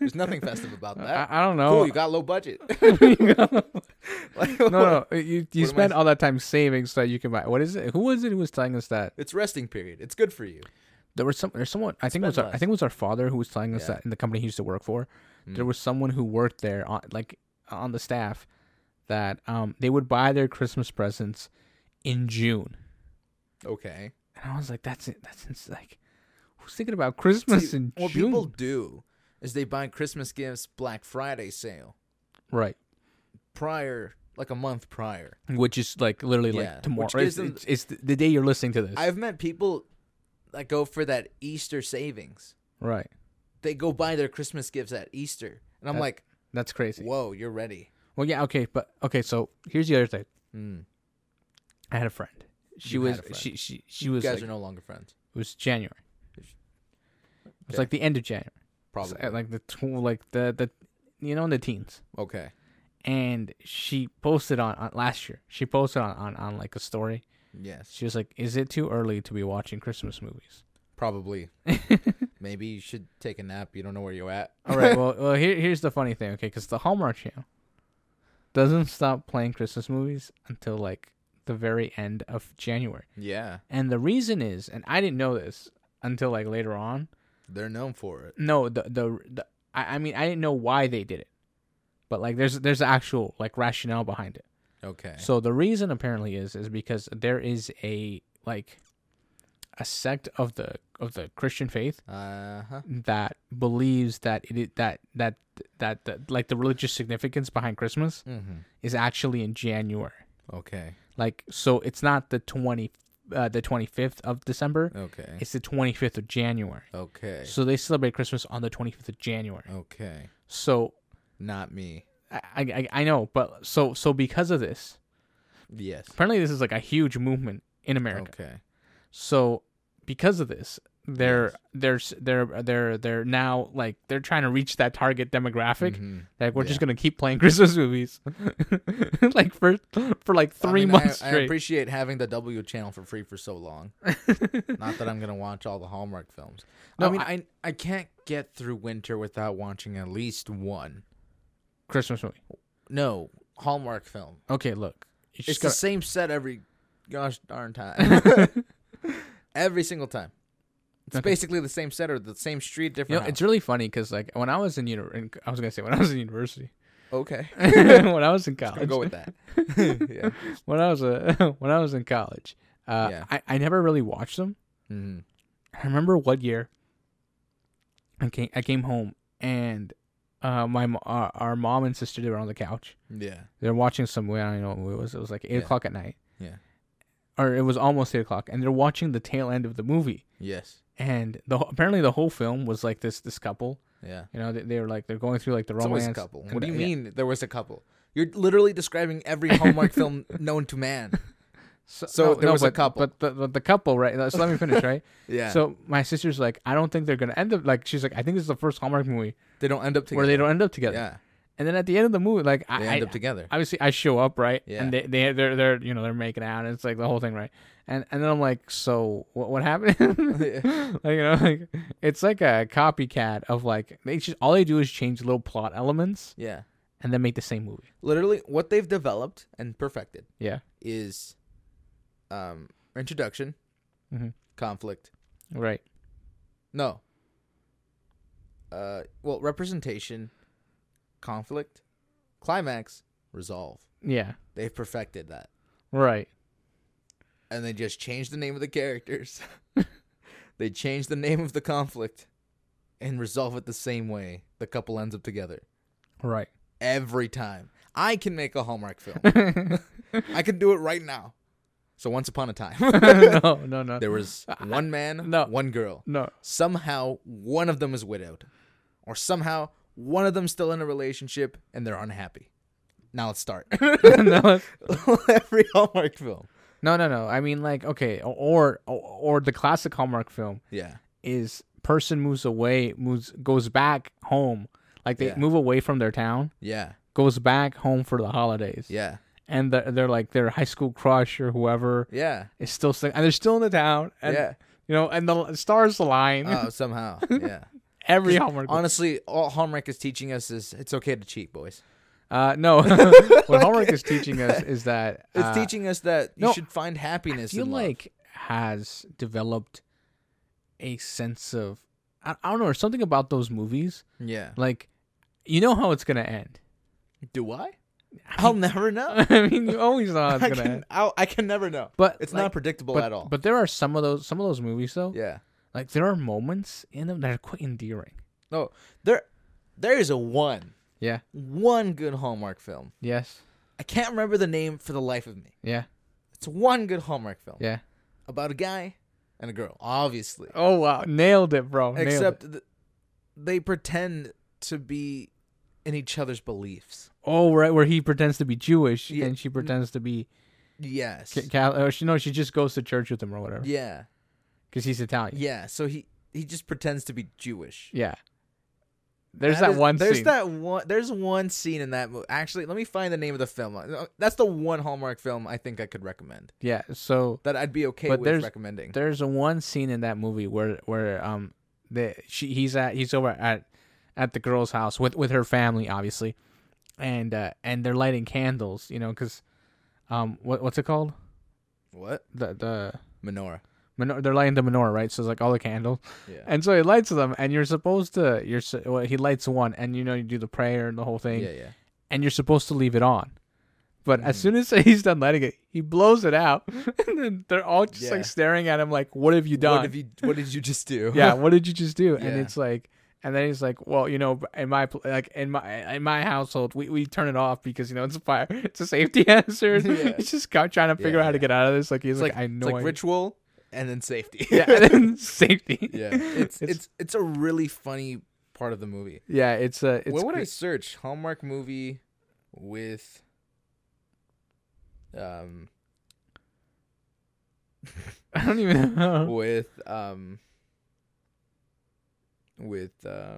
Speaker 1: There's nothing festive about that.
Speaker 2: Uh, I, I don't know.
Speaker 1: cool, you got low budget. Like,
Speaker 2: no, no. You
Speaker 1: am
Speaker 2: you
Speaker 1: I
Speaker 2: spend all that time saving so that you can buy. What is it? Who was it who was telling us that?
Speaker 1: It's resting period. It's good for you.
Speaker 2: There was some. There's someone. I think it was.
Speaker 1: Spend
Speaker 2: Our, I
Speaker 1: less.
Speaker 2: think it was our father who was telling us
Speaker 1: Yeah.
Speaker 2: that in the company he used to work for. There
Speaker 1: Mm.
Speaker 2: was someone who worked there on like on the staff that um they would buy their Christmas presents in June,
Speaker 1: Okay.
Speaker 2: and I was like, that's it. That's it's like who's thinking about Christmas
Speaker 1: See,
Speaker 2: in
Speaker 1: what
Speaker 2: June?
Speaker 1: people do is they buy Christmas gifts Black Friday sale
Speaker 2: right.
Speaker 1: prior, like a month prior.
Speaker 2: Which is like literally
Speaker 1: Yeah,
Speaker 2: like
Speaker 1: which
Speaker 2: tomorrow.
Speaker 1: gives
Speaker 2: It's,
Speaker 1: them-
Speaker 2: it's, it's the the day you're listening to this.
Speaker 1: I've met people that go for that Easter savings.
Speaker 2: right.
Speaker 1: They go buy their Christmas gifts at Easter. And I'm
Speaker 2: That-
Speaker 1: like,
Speaker 2: That's crazy.
Speaker 1: whoa, you're ready. Hmm.
Speaker 2: Well, yeah, okay, but okay. So here's the other thing.
Speaker 1: Mm.
Speaker 2: I had a friend, She
Speaker 1: You
Speaker 2: was
Speaker 1: had a friend.
Speaker 2: she she she
Speaker 1: You
Speaker 2: was
Speaker 1: guys
Speaker 2: like,
Speaker 1: are no longer friends.
Speaker 2: it was January. It was
Speaker 1: Okay.
Speaker 2: like the end of January. It's
Speaker 1: Probably.
Speaker 2: at, like the tw- like the the you know in the teens.
Speaker 1: okay.
Speaker 2: And she posted on, on last year. She posted on, on on like a story.
Speaker 1: Yes.
Speaker 2: She was like, "Is it too early to be watching Christmas movies?"
Speaker 1: Probably. Maybe you should take a nap. You don't know where you're at.
Speaker 2: All right. Well, well, here here's the funny thing, okay? Because the Hallmark Channel doesn't stop playing Christmas movies until like the very end of January,
Speaker 1: yeah.
Speaker 2: and the reason is, and I didn't know this until like later on.
Speaker 1: They're known for it.
Speaker 2: No, the the, the I, I mean I didn't know why they did it, but like there's there's actual like rationale behind it.
Speaker 1: Okay.
Speaker 2: So the reason apparently is is because there is a like a sect of the of the Christian faith
Speaker 1: Uh huh.
Speaker 2: that believes that it i- that that that, that like the religious significance behind Christmas
Speaker 1: Mm-hmm.
Speaker 2: is actually in January.
Speaker 1: Okay.
Speaker 2: Like so it's not the 20 uh, the 25th of December,
Speaker 1: Okay.
Speaker 2: it's the 25th of January.
Speaker 1: Okay.
Speaker 2: So they celebrate Christmas on the 25th of January.
Speaker 1: Okay.
Speaker 2: So
Speaker 1: Not me.
Speaker 2: I, I I know, but so so because of this,
Speaker 1: Yes.
Speaker 2: apparently this is like a huge movement in America.
Speaker 1: Okay.
Speaker 2: So because of this, they're
Speaker 1: Yes.
Speaker 2: they're s- they're they're they're now like they're trying to reach that target demographic.
Speaker 1: Mhm.
Speaker 2: Like we're just
Speaker 1: Yeah.
Speaker 2: gonna keep playing Christmas movies, like for for like
Speaker 1: I
Speaker 2: three
Speaker 1: mean, I-
Speaker 2: months
Speaker 1: I,
Speaker 2: straight.
Speaker 1: appreciate having the W channel for free for so long. Not that I'm gonna watch all the Hallmark films.
Speaker 2: No,
Speaker 1: I mean, I I can't get through winter without watching at least one.
Speaker 2: Christmas movie.
Speaker 1: No Hallmark film.
Speaker 2: Okay, look, you
Speaker 1: It's
Speaker 2: just
Speaker 1: the
Speaker 2: gotta,
Speaker 1: same set every gosh darn time. every single time. It's
Speaker 2: Okay.
Speaker 1: basically the same set or the same street,
Speaker 2: you
Speaker 1: different.
Speaker 2: know, it's
Speaker 1: house.
Speaker 2: really funny because like when I was in uni- I was gonna say when I was in university,
Speaker 1: okay.
Speaker 2: when I was in
Speaker 1: I'll
Speaker 2: college,
Speaker 1: go with that. yeah.
Speaker 2: when I was uh, when I was in college, uh,
Speaker 1: Yeah.
Speaker 2: I I never really watched them.
Speaker 1: Mm-hmm.
Speaker 2: I remember one year I came I came home and uh my mo- our, our mom and sister they were on the couch.
Speaker 1: Yeah.
Speaker 2: They're watching some I don't know what it was. It was like eight
Speaker 1: Yeah.
Speaker 2: o'clock at night.
Speaker 1: Yeah.
Speaker 2: Or it was almost eight o'clock, and they're watching the tail end of the movie.
Speaker 1: Yes.
Speaker 2: And the wh- apparently the whole film was like this this couple.
Speaker 1: Yeah.
Speaker 2: You know, they, they were like they're going through like the
Speaker 1: It's
Speaker 2: romance.
Speaker 1: always a couple.
Speaker 2: and
Speaker 1: What do
Speaker 2: the-
Speaker 1: you
Speaker 2: yeah.
Speaker 1: mean there was a couple? You're literally describing every Hallmark film known to man. So there was a
Speaker 2: but,
Speaker 1: couple.
Speaker 2: but the, the, the couple, right? So let me finish, right?
Speaker 1: Yeah. So
Speaker 2: So my sister's like, I don't think they're gonna end up like. She's like, I think this is the first Hallmark movie
Speaker 1: they don't end up together.
Speaker 2: where they don't end up together.
Speaker 1: Yeah.
Speaker 2: And then at the end of the movie, like I,
Speaker 1: They end
Speaker 2: I-
Speaker 1: up together.
Speaker 2: obviously I show up right,
Speaker 1: Yeah.
Speaker 2: and they they they're they're you know they're making out, and it's like the whole thing right, and and then I'm like, so what what happened? like you know, like it's like a copycat of like they just all they do is change little plot elements
Speaker 1: yeah.
Speaker 2: and then make the same movie.
Speaker 1: Literally, what they've developed and perfected
Speaker 2: Yeah,
Speaker 1: is um, introduction,
Speaker 2: Mhm.
Speaker 1: conflict.
Speaker 2: right.
Speaker 1: No. Uh, well, representation, conflict, climax, resolve.
Speaker 2: Yeah,
Speaker 1: They've perfected that.
Speaker 2: right.
Speaker 1: and they just changed the name of the characters. they changed the name of the conflict and resolve it the same way. The couple ends up together
Speaker 2: Right.
Speaker 1: every time. I can make a Hallmark film. I can do it right now. So once upon a time,
Speaker 2: no, no, no.
Speaker 1: there was one man,
Speaker 2: No.
Speaker 1: one girl.
Speaker 2: no.
Speaker 1: Somehow one of them is widowed, or somehow one of them's still in a relationship and they're unhappy. Now let's start.
Speaker 2: no.
Speaker 1: Every Hallmark film.
Speaker 2: No, no, no. I mean like okay, or or, or the classic Hallmark film
Speaker 1: Yeah.
Speaker 2: is person moves away, moves goes back home. Like they
Speaker 1: Yeah.
Speaker 2: move away from their town,
Speaker 1: Yeah.
Speaker 2: goes back home for the holidays.
Speaker 1: Yeah.
Speaker 2: And the, they're like their high school crush or whoever
Speaker 1: Yeah.
Speaker 2: is still sing- and they're still in the town. And,
Speaker 1: Yeah.
Speaker 2: You know, and the stars align.
Speaker 1: Oh, somehow. Yeah.
Speaker 2: Every Hallmark.
Speaker 1: Honestly, all Hallmark is teaching us is it's okay to cheat, boys.
Speaker 2: uh, no, what Hallmark is teaching us is that
Speaker 1: It's
Speaker 2: uh,
Speaker 1: teaching us that you
Speaker 2: no,
Speaker 1: should find happiness.
Speaker 2: feel
Speaker 1: in love.
Speaker 2: like has developed a sense of I, I don't know, or something about those movies.
Speaker 1: yeah.
Speaker 2: Like, you know how it's gonna end.
Speaker 1: Do I? I'll never know.
Speaker 2: I mean, you always know how it's
Speaker 1: I
Speaker 2: gonna
Speaker 1: can.
Speaker 2: end.
Speaker 1: I'll, I can never know.
Speaker 2: But
Speaker 1: it's
Speaker 2: like,
Speaker 1: not predictable
Speaker 2: but,
Speaker 1: at all.
Speaker 2: But there are some of those some of those movies though.
Speaker 1: yeah.
Speaker 2: Like there are moments in them that are quite endearing.
Speaker 1: No. There, there is a one,
Speaker 2: Yeah.
Speaker 1: one good Hallmark film.
Speaker 2: Yes.
Speaker 1: I can't remember the name for the life of me.
Speaker 2: Yeah.
Speaker 1: It's one good Hallmark film
Speaker 2: Yeah.
Speaker 1: about a guy and a girl, obviously.
Speaker 2: Oh wow, nailed it, bro. Nailed it.
Speaker 1: Except th- they pretend to be in each other's beliefs.
Speaker 2: oh right, where he pretends to be Jewish
Speaker 1: Yeah.
Speaker 2: and she pretends to be
Speaker 1: Yes.
Speaker 2: Ca- Cal- or she, no, she just goes to church with him or whatever
Speaker 1: yeah.
Speaker 2: because he's Italian.
Speaker 1: Yeah. So he he just pretends to be Jewish.
Speaker 2: Yeah. There's
Speaker 1: That
Speaker 2: that,
Speaker 1: is-
Speaker 2: one
Speaker 1: There's
Speaker 2: scene.
Speaker 1: that one. There's one scene in that movie. Actually, let me find the name of the film. Uh, That's the one Hallmark film I think I could recommend
Speaker 2: yeah. So
Speaker 1: that I'd be okay
Speaker 2: But
Speaker 1: with
Speaker 2: there's-
Speaker 1: recommending.
Speaker 2: there's a one scene in that movie where where um the she he's at he's over at at the girl's house with with her family obviously, and uh and they're lighting candles you know because um what what's it called
Speaker 1: what
Speaker 2: the the
Speaker 1: menorah?
Speaker 2: Menor- they're lighting the menorah, right? So it's like all the candles,
Speaker 1: Yeah.
Speaker 2: and so he lights them, and you're supposed to, you're su- well, he lights one, and you know you do the prayer and the whole thing,
Speaker 1: yeah. Yeah.
Speaker 2: and you're supposed to leave it on, but as
Speaker 1: Mhm.
Speaker 2: soon as he's done lighting it, he blows it out, and then they're all just
Speaker 1: Yeah.
Speaker 2: like staring at him, like, "What have you done?
Speaker 1: What have you? What did you just do?
Speaker 2: yeah, what did you just do?" And
Speaker 1: Yeah.
Speaker 2: it's like, and then he's like, "Well, you know, in my pl- like in my in my household, we, we turn it off because you know it's a fire, it's a safety hazard.
Speaker 1: Yeah.
Speaker 2: He's just ca- trying to figure
Speaker 1: Yeah,
Speaker 2: out how to
Speaker 1: yeah.
Speaker 2: get out of this. Like he's
Speaker 1: It's
Speaker 2: like,
Speaker 1: like,
Speaker 2: I
Speaker 1: it's
Speaker 2: know,
Speaker 1: like
Speaker 2: I-
Speaker 1: ritual and then safety.
Speaker 2: yeah, and then safety.
Speaker 1: yeah. It's, it's
Speaker 2: It's-
Speaker 1: it's a really funny part of the movie.
Speaker 2: Yeah, it's a. It's
Speaker 1: What would I
Speaker 2: gr-
Speaker 1: search? Hallmark movie with um
Speaker 2: I don't even know.
Speaker 1: with um with uh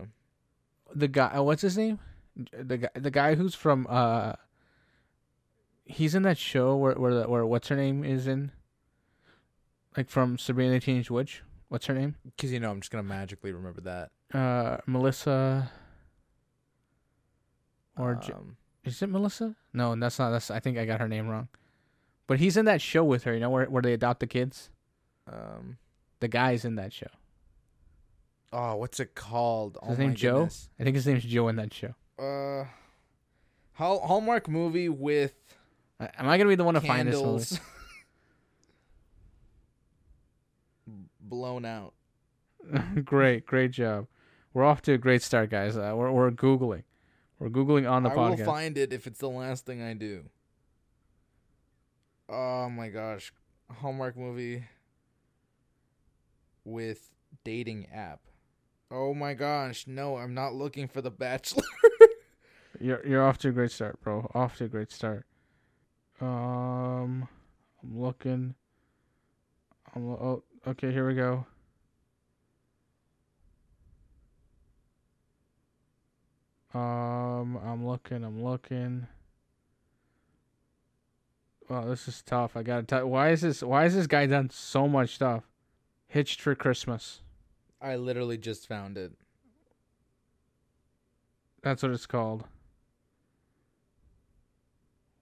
Speaker 2: The guy, uh, what's his name? The guy, the guy who's from. uh He's in that show where where the, where what's her name is in. Like from Sabrina the Teenage Witch, what's her name?
Speaker 1: cuz you know I'm just going to magically remember that.
Speaker 2: Uh, Melissa. Or J-
Speaker 1: Um,
Speaker 2: is it Melissa? No, that's not. That's I think I got her name wrong. But he's in that show with her, you know, where where they adopt the kids.
Speaker 1: um
Speaker 2: The guy's in that show.
Speaker 1: oh, what's it called?
Speaker 2: Is his
Speaker 1: oh
Speaker 2: name
Speaker 1: my
Speaker 2: Joe?
Speaker 1: goodness.
Speaker 2: I think his name's Joe in that show.
Speaker 1: Uh Hall- Hallmark movie with
Speaker 2: I- Am I gonna be the one to find this? movie?
Speaker 1: candles. Blown out.
Speaker 2: great, great job. We're off to a great start, guys. Uh, we're we're googling, we're googling on the
Speaker 1: I
Speaker 2: podcast.
Speaker 1: will find it if it's the last thing I do. Oh my gosh. Hallmark movie with dating app. Oh my gosh. No, I'm not looking for The Bachelor.
Speaker 2: you're you're off to a great start, bro. Off to a great start. Um, I'm looking. I'm lo- oh okay. Here we go. Um, I'm looking. I'm looking. Wow, this is tough. I gotta tell. Why is this? Why is this guy done so much stuff? Hitched for Christmas.
Speaker 1: I literally just found it.
Speaker 2: That's what it's called.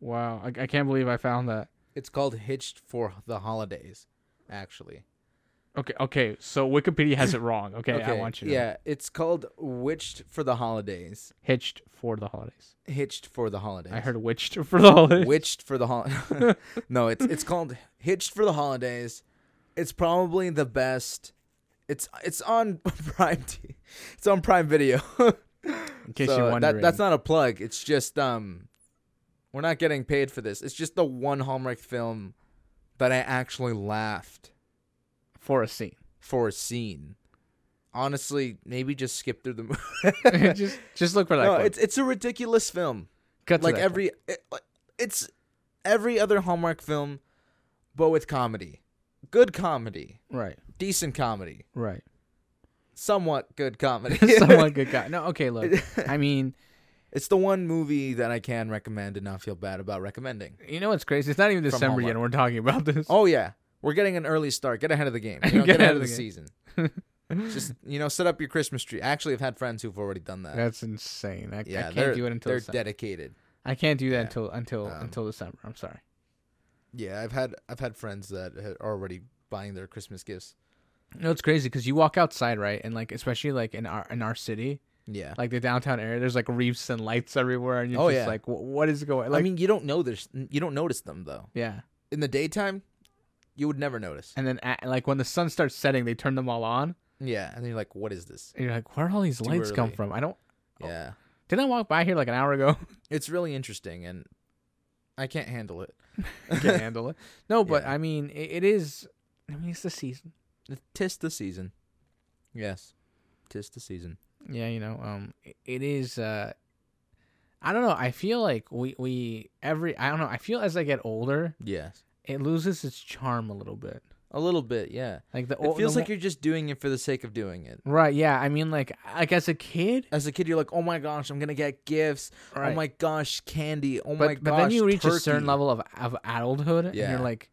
Speaker 2: Wow, I, I can't believe I found that.
Speaker 1: It's called Hitched for the Holidays, actually.
Speaker 2: Okay, okay. So Wikipedia has it wrong. Okay, I want you. To know.
Speaker 1: Yeah, it's called Witched for the Holidays.
Speaker 2: hitched for the holidays.
Speaker 1: Hitched for the Holidays.
Speaker 2: I heard witched for the holidays.
Speaker 1: Witched for the hol- No, it's it's called Hitched for the Holidays. It's probably the best. It's it's on Prime. T- it's on Prime Video.
Speaker 2: in case
Speaker 1: So
Speaker 2: you're
Speaker 1: that-
Speaker 2: wondering,
Speaker 1: that's not a plug. It's just um, we're not getting paid for this. It's just the one Hallmark film that I actually laughed
Speaker 2: for a scene.
Speaker 1: for a scene. Honestly, maybe just skip through the movie.
Speaker 2: just just look for that.
Speaker 1: no,
Speaker 2: clip.
Speaker 1: it's it's a ridiculous film
Speaker 2: Cut to
Speaker 1: like
Speaker 2: that
Speaker 1: every it, like, it's every other Hallmark film, but with comedy, good comedy,
Speaker 2: clip. right,
Speaker 1: decent comedy,
Speaker 2: right.
Speaker 1: somewhat good comedy.
Speaker 2: Someone good guy. No, okay. Look, I mean,
Speaker 1: it's the one movie that I can recommend and not feel bad about recommending.
Speaker 2: you know what's crazy? It's not even December
Speaker 1: Hallmark.
Speaker 2: yet, and we're talking about this.
Speaker 1: Oh yeah, we're getting an early start. Get ahead of the game. You know,
Speaker 2: Get
Speaker 1: get, ahead
Speaker 2: ahead
Speaker 1: of the
Speaker 2: of the
Speaker 1: season. Just you know, set up your Christmas tree. Actually, I've had friends who've already done that.
Speaker 2: that's insane. I, I
Speaker 1: uh, yeah, they're
Speaker 2: can't do it until
Speaker 1: they're
Speaker 2: December.
Speaker 1: dedicated.
Speaker 2: I can't do that
Speaker 1: Yeah.
Speaker 2: until until
Speaker 1: Um,
Speaker 2: until December. I'm sorry.
Speaker 1: Yeah, I've had I've had friends that are already buying their Christmas gifts.
Speaker 2: No, it's crazy because you walk outside, right, and like especially like in our in our city,
Speaker 1: Yeah,
Speaker 2: like the downtown area, there's like reefs and lights everywhere, and you're
Speaker 1: Oh,
Speaker 2: just
Speaker 1: yeah.
Speaker 2: like, "Wh- what is going? Like,
Speaker 1: I mean, you don't know this. You don't notice them though.
Speaker 2: yeah.
Speaker 1: in the daytime, you would never notice.
Speaker 2: And then at, like when the sun starts setting, they turn them all on,
Speaker 1: Yeah, and then you're like, "What is this?"
Speaker 2: and you're like, where do all these lights come
Speaker 1: early.
Speaker 2: from? I don't. Oh.
Speaker 1: Yeah,
Speaker 2: Didn't I walk by here like an hour ago?
Speaker 1: it's really interesting, and I can't handle it.
Speaker 2: Can't handle it. No, but
Speaker 1: Yeah.
Speaker 2: I mean, it, it is. I mean, it's the season.
Speaker 1: Tis the season. Yes, tis the season.
Speaker 2: Yeah, you know, um, it, it is. uh I don't know. I feel like we we every. I don't know. I feel as I get older,
Speaker 1: Yes,
Speaker 2: it loses its charm a little bit.
Speaker 1: A little bit, yeah.
Speaker 2: Like the
Speaker 1: It
Speaker 2: old
Speaker 1: feels like you're just doing it for the sake of doing it.
Speaker 2: right. Yeah, I mean, like like as a kid,
Speaker 1: As a kid, you're like, oh my gosh, I'm gonna get gifts. Oh
Speaker 2: Right.
Speaker 1: my gosh, candy. Oh my gosh,
Speaker 2: but but then you reach a certain
Speaker 1: turkey."
Speaker 2: level of of adulthood, and
Speaker 1: Yeah.
Speaker 2: you're like,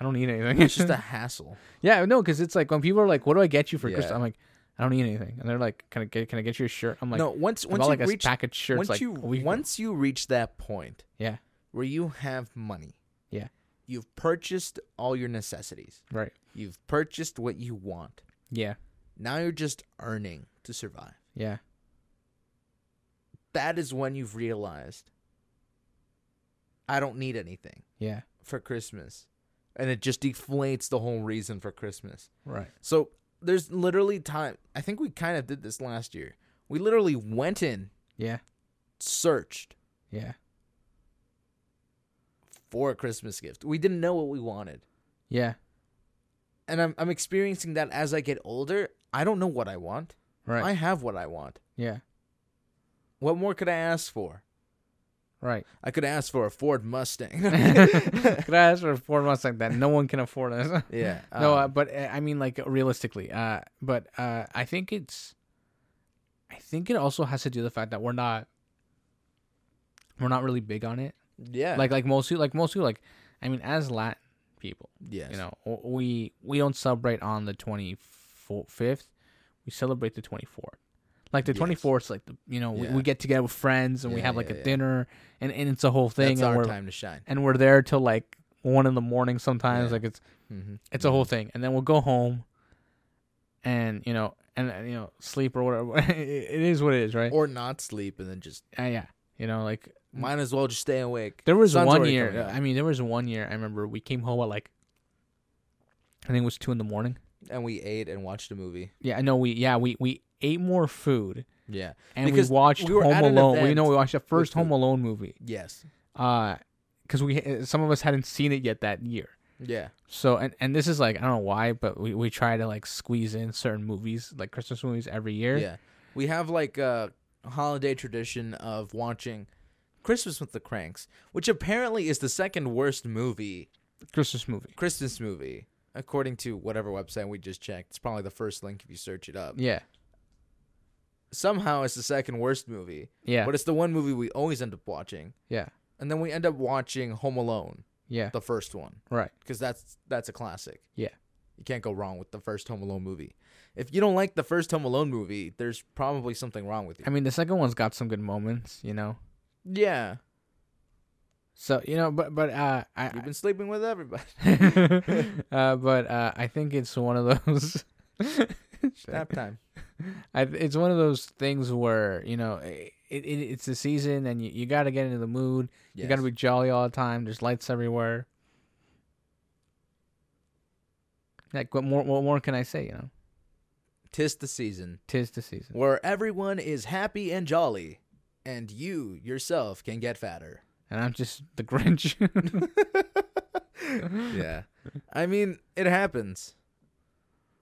Speaker 2: I don't need anything.
Speaker 1: It's just a hassle.
Speaker 2: yeah, no, because it's like when people are like, "What do I get you for
Speaker 1: Yeah.
Speaker 2: Christmas?" I'm like, I don't need anything, and they're like, "Can I get Can I get you a shirt?" I'm like,
Speaker 1: no, once
Speaker 2: I
Speaker 1: once
Speaker 2: bought,
Speaker 1: you
Speaker 2: like a
Speaker 1: reach
Speaker 2: pack of shirts,
Speaker 1: once
Speaker 2: like
Speaker 1: you
Speaker 2: a week ago."
Speaker 1: once you reach that point,
Speaker 2: Yeah.
Speaker 1: where you have money,
Speaker 2: Yeah.
Speaker 1: you've purchased all your necessities.
Speaker 2: right,
Speaker 1: You've purchased what you want.
Speaker 2: yeah,
Speaker 1: Now you're just earning to survive.
Speaker 2: yeah,
Speaker 1: That is when you've realized I don't need anything
Speaker 2: yeah,
Speaker 1: for Christmas. And it just deflates the whole reason for Christmas.
Speaker 2: right,
Speaker 1: So there's literally time. I think we kind of did this last year. We literally went in,
Speaker 2: yeah,
Speaker 1: searched
Speaker 2: yeah,
Speaker 1: for a Christmas gift. We didn't know what we wanted.
Speaker 2: yeah,
Speaker 1: And I'm, I'm experiencing that as I get older. I don't know what I want.
Speaker 2: right,
Speaker 1: I have what I want.
Speaker 2: yeah,
Speaker 1: What more could I ask for?
Speaker 2: right.
Speaker 1: I could ask for a Ford Mustang.
Speaker 2: Could I ask for four months like that? No one can afford us.
Speaker 1: yeah.
Speaker 2: no, uh,
Speaker 1: um,
Speaker 2: but uh, I mean, like realistically, uh, but uh, I think it's, I think it also has to do with the fact that we're not, we're not really big on it.
Speaker 1: yeah.
Speaker 2: Like, like most, people- like most people, like, I mean, as Latin people,
Speaker 1: yes.
Speaker 2: you know, w- we we don't celebrate on the twenty fifth, we celebrate the twenty fourth. Like the
Speaker 1: Yes.
Speaker 2: twenty fourth, like the you know, we,
Speaker 1: Yeah.
Speaker 2: we get together with friends and we
Speaker 1: Yeah,
Speaker 2: have like
Speaker 1: yeah,
Speaker 2: a
Speaker 1: yeah.
Speaker 2: dinner and, and it's a whole thing
Speaker 1: that's
Speaker 2: and
Speaker 1: our
Speaker 2: we're
Speaker 1: time to shine.
Speaker 2: and we're there till like one in the morning sometimes.
Speaker 1: Yeah.
Speaker 2: Like it's
Speaker 1: Mm-hmm.
Speaker 2: it's a whole thing, and then we'll go home, and you know, and uh, you know, sleep or whatever. it it is what it is, right?
Speaker 1: Or not sleep and then just
Speaker 2: Uh, yeah, you know, like
Speaker 1: might as well just stay awake.
Speaker 2: there was
Speaker 1: Sun's
Speaker 2: one
Speaker 1: already
Speaker 2: year.
Speaker 1: coming up.
Speaker 2: I mean, there was one year. I remember we came home at like, I think it was two in the morning.
Speaker 1: and we ate and watched a movie.
Speaker 2: Yeah, I know. We yeah we we ate more food
Speaker 1: Yeah.
Speaker 2: and
Speaker 1: Because
Speaker 2: we watched
Speaker 1: we were at
Speaker 2: Home
Speaker 1: an
Speaker 2: Alone. We
Speaker 1: event
Speaker 2: know we watched the first
Speaker 1: food.
Speaker 2: Home Alone movie.
Speaker 1: Yes.
Speaker 2: Uh, because we uh, some of us hadn't seen it yet that year.
Speaker 1: Yeah.
Speaker 2: So and, and this is like I don't know why, but we, we try to like squeeze in certain movies, like Christmas movies every year.
Speaker 1: Yeah. We have like a holiday tradition of watching Christmas with the Cranks, which apparently is the second worst movie,
Speaker 2: Christmas movie.
Speaker 1: Christmas movie, according to whatever website we just checked. It's probably the first link if you search it up.
Speaker 2: Yeah.
Speaker 1: Somehow it's the second worst movie,
Speaker 2: Yeah.
Speaker 1: but it's the one movie we always end up watching.
Speaker 2: yeah.
Speaker 1: And then we end up watching Home Alone,
Speaker 2: Yeah.
Speaker 1: the first one.
Speaker 2: Right.
Speaker 1: because that's that's a classic.
Speaker 2: Yeah.
Speaker 1: you can't go wrong with the first Home Alone movie. If you don't like the first Home Alone movie, there's probably something wrong with you.
Speaker 2: I mean the second one's got some good moments, you know.
Speaker 1: yeah,
Speaker 2: So, you know, but but uh I
Speaker 1: you've been sleeping with everybody.
Speaker 2: uh but uh I think it's one of those
Speaker 1: Nap time.
Speaker 2: I, it's one of those things where, you know, it, it it's the season and you, you got to get into the mood. You got to
Speaker 1: Yes.
Speaker 2: be jolly all the time. There's lights everywhere. Like what more? What more can I say? You know,
Speaker 1: Tis the season
Speaker 2: tis the season.
Speaker 1: where everyone is happy and jolly, and you yourself can get fatter.
Speaker 2: And I'm just the Grinch.
Speaker 1: yeah, I mean it happens.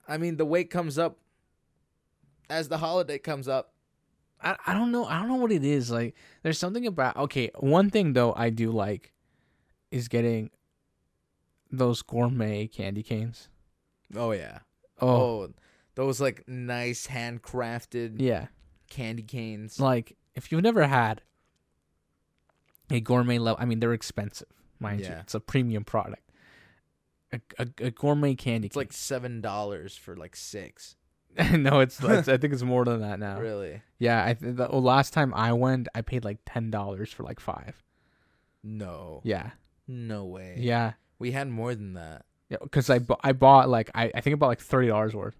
Speaker 1: I mean the weight comes up as the holiday comes up.
Speaker 2: I, I don't know. I don't know what it is. Like there's something about. Okay, one thing though I do like is getting those gourmet candy canes.
Speaker 1: Oh yeah.
Speaker 2: Oh,
Speaker 1: Oh, those like nice handcrafted
Speaker 2: yeah.
Speaker 1: candy canes.
Speaker 2: Like if you've never had a gourmet level, I mean they're expensive, mind you.
Speaker 1: Yeah.
Speaker 2: It's a premium product. A, a, a gourmet candy.
Speaker 1: It's like seven dollars for like six.
Speaker 2: no, it's, it's I think it's more than that now.
Speaker 1: Really?
Speaker 2: Yeah, I th- the oh, last time I went, I paid like ten dollars for like five.
Speaker 1: No.
Speaker 2: Yeah,
Speaker 1: No way.
Speaker 2: yeah,
Speaker 1: We had more than that.
Speaker 2: yeah. Because I bu- I bought like I, I think I bought like thirty dollars worth.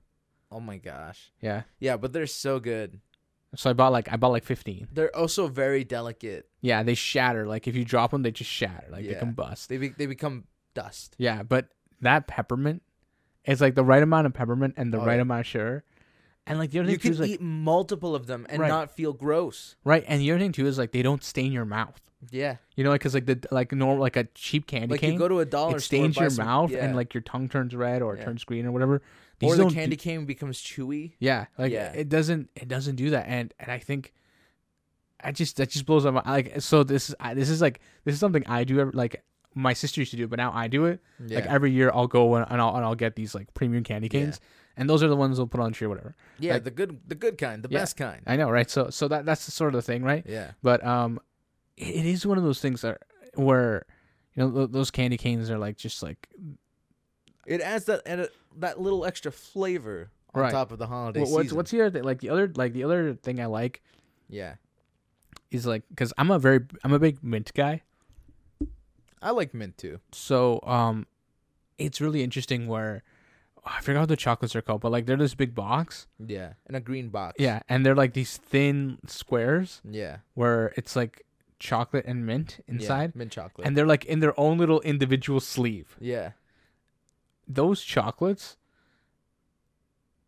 Speaker 1: Oh my gosh.
Speaker 2: Yeah,
Speaker 1: Yeah, but they're so good.
Speaker 2: so I bought like I bought like fifteen.
Speaker 1: They're also very delicate.
Speaker 2: Yeah, they shatter. Like if you drop them, they just shatter. Like
Speaker 1: Yeah.
Speaker 2: they combust.
Speaker 1: They be- they become dust.
Speaker 2: Yeah, but that peppermint, it's like the right amount of peppermint and the
Speaker 1: Oh,
Speaker 2: right
Speaker 1: yeah.
Speaker 2: amount of sugar. And like the other
Speaker 1: You can
Speaker 2: thing too is like
Speaker 1: eat multiple of them and
Speaker 2: Right.
Speaker 1: not feel gross.
Speaker 2: right, and the other thing too is like they don't stain your mouth.
Speaker 1: Yeah.
Speaker 2: You know, like because like the like normal like a cheap candy
Speaker 1: Like
Speaker 2: cane.
Speaker 1: you go to a dollar store,
Speaker 2: it stains
Speaker 1: buy
Speaker 2: your
Speaker 1: some-
Speaker 2: mouth
Speaker 1: yeah.
Speaker 2: and like your tongue turns red or it
Speaker 1: Yeah.
Speaker 2: turns green or whatever.
Speaker 1: or
Speaker 2: These
Speaker 1: the
Speaker 2: don't
Speaker 1: candy
Speaker 2: do-
Speaker 1: cane becomes chewy.
Speaker 2: yeah, like
Speaker 1: Yeah.
Speaker 2: it doesn't it doesn't do that, and and I think I just that just blows my mind. Like so this is I, this is like this is something I do every, like my sister used to do it, but now I do it.
Speaker 1: Yeah.
Speaker 2: Like every year, I'll go and, and I'll and I'll get these like premium candy canes, and those are the ones we'll put on the tree, or whatever.
Speaker 1: yeah,
Speaker 2: like-
Speaker 1: the good the good kind, the
Speaker 2: Yeah.
Speaker 1: best kind.
Speaker 2: I know, right? So so that that's the sort of the thing, right?
Speaker 1: Yeah.
Speaker 2: But um, it, it is one of those things that where you know th- those candy canes are like just like
Speaker 1: It adds that and it- that little extra flavor on
Speaker 2: Right.
Speaker 1: top of the holiday
Speaker 2: What- what's
Speaker 1: season.
Speaker 2: what's the other thing? like the other like the other thing I like
Speaker 1: yeah.
Speaker 2: is like because I'm a very I'm a big mint guy.
Speaker 1: I like mint too.
Speaker 2: so um it's really interesting where I forgot what the chocolates are called, but like they're this big box.
Speaker 1: Yeah. In a green box.
Speaker 2: Yeah, and they're like these thin squares
Speaker 1: Yeah.
Speaker 2: where it's like chocolate and mint
Speaker 1: Yeah.
Speaker 2: inside.
Speaker 1: mint chocolate.
Speaker 2: And they're like in their own little individual sleeve.
Speaker 1: yeah.
Speaker 2: Those chocolates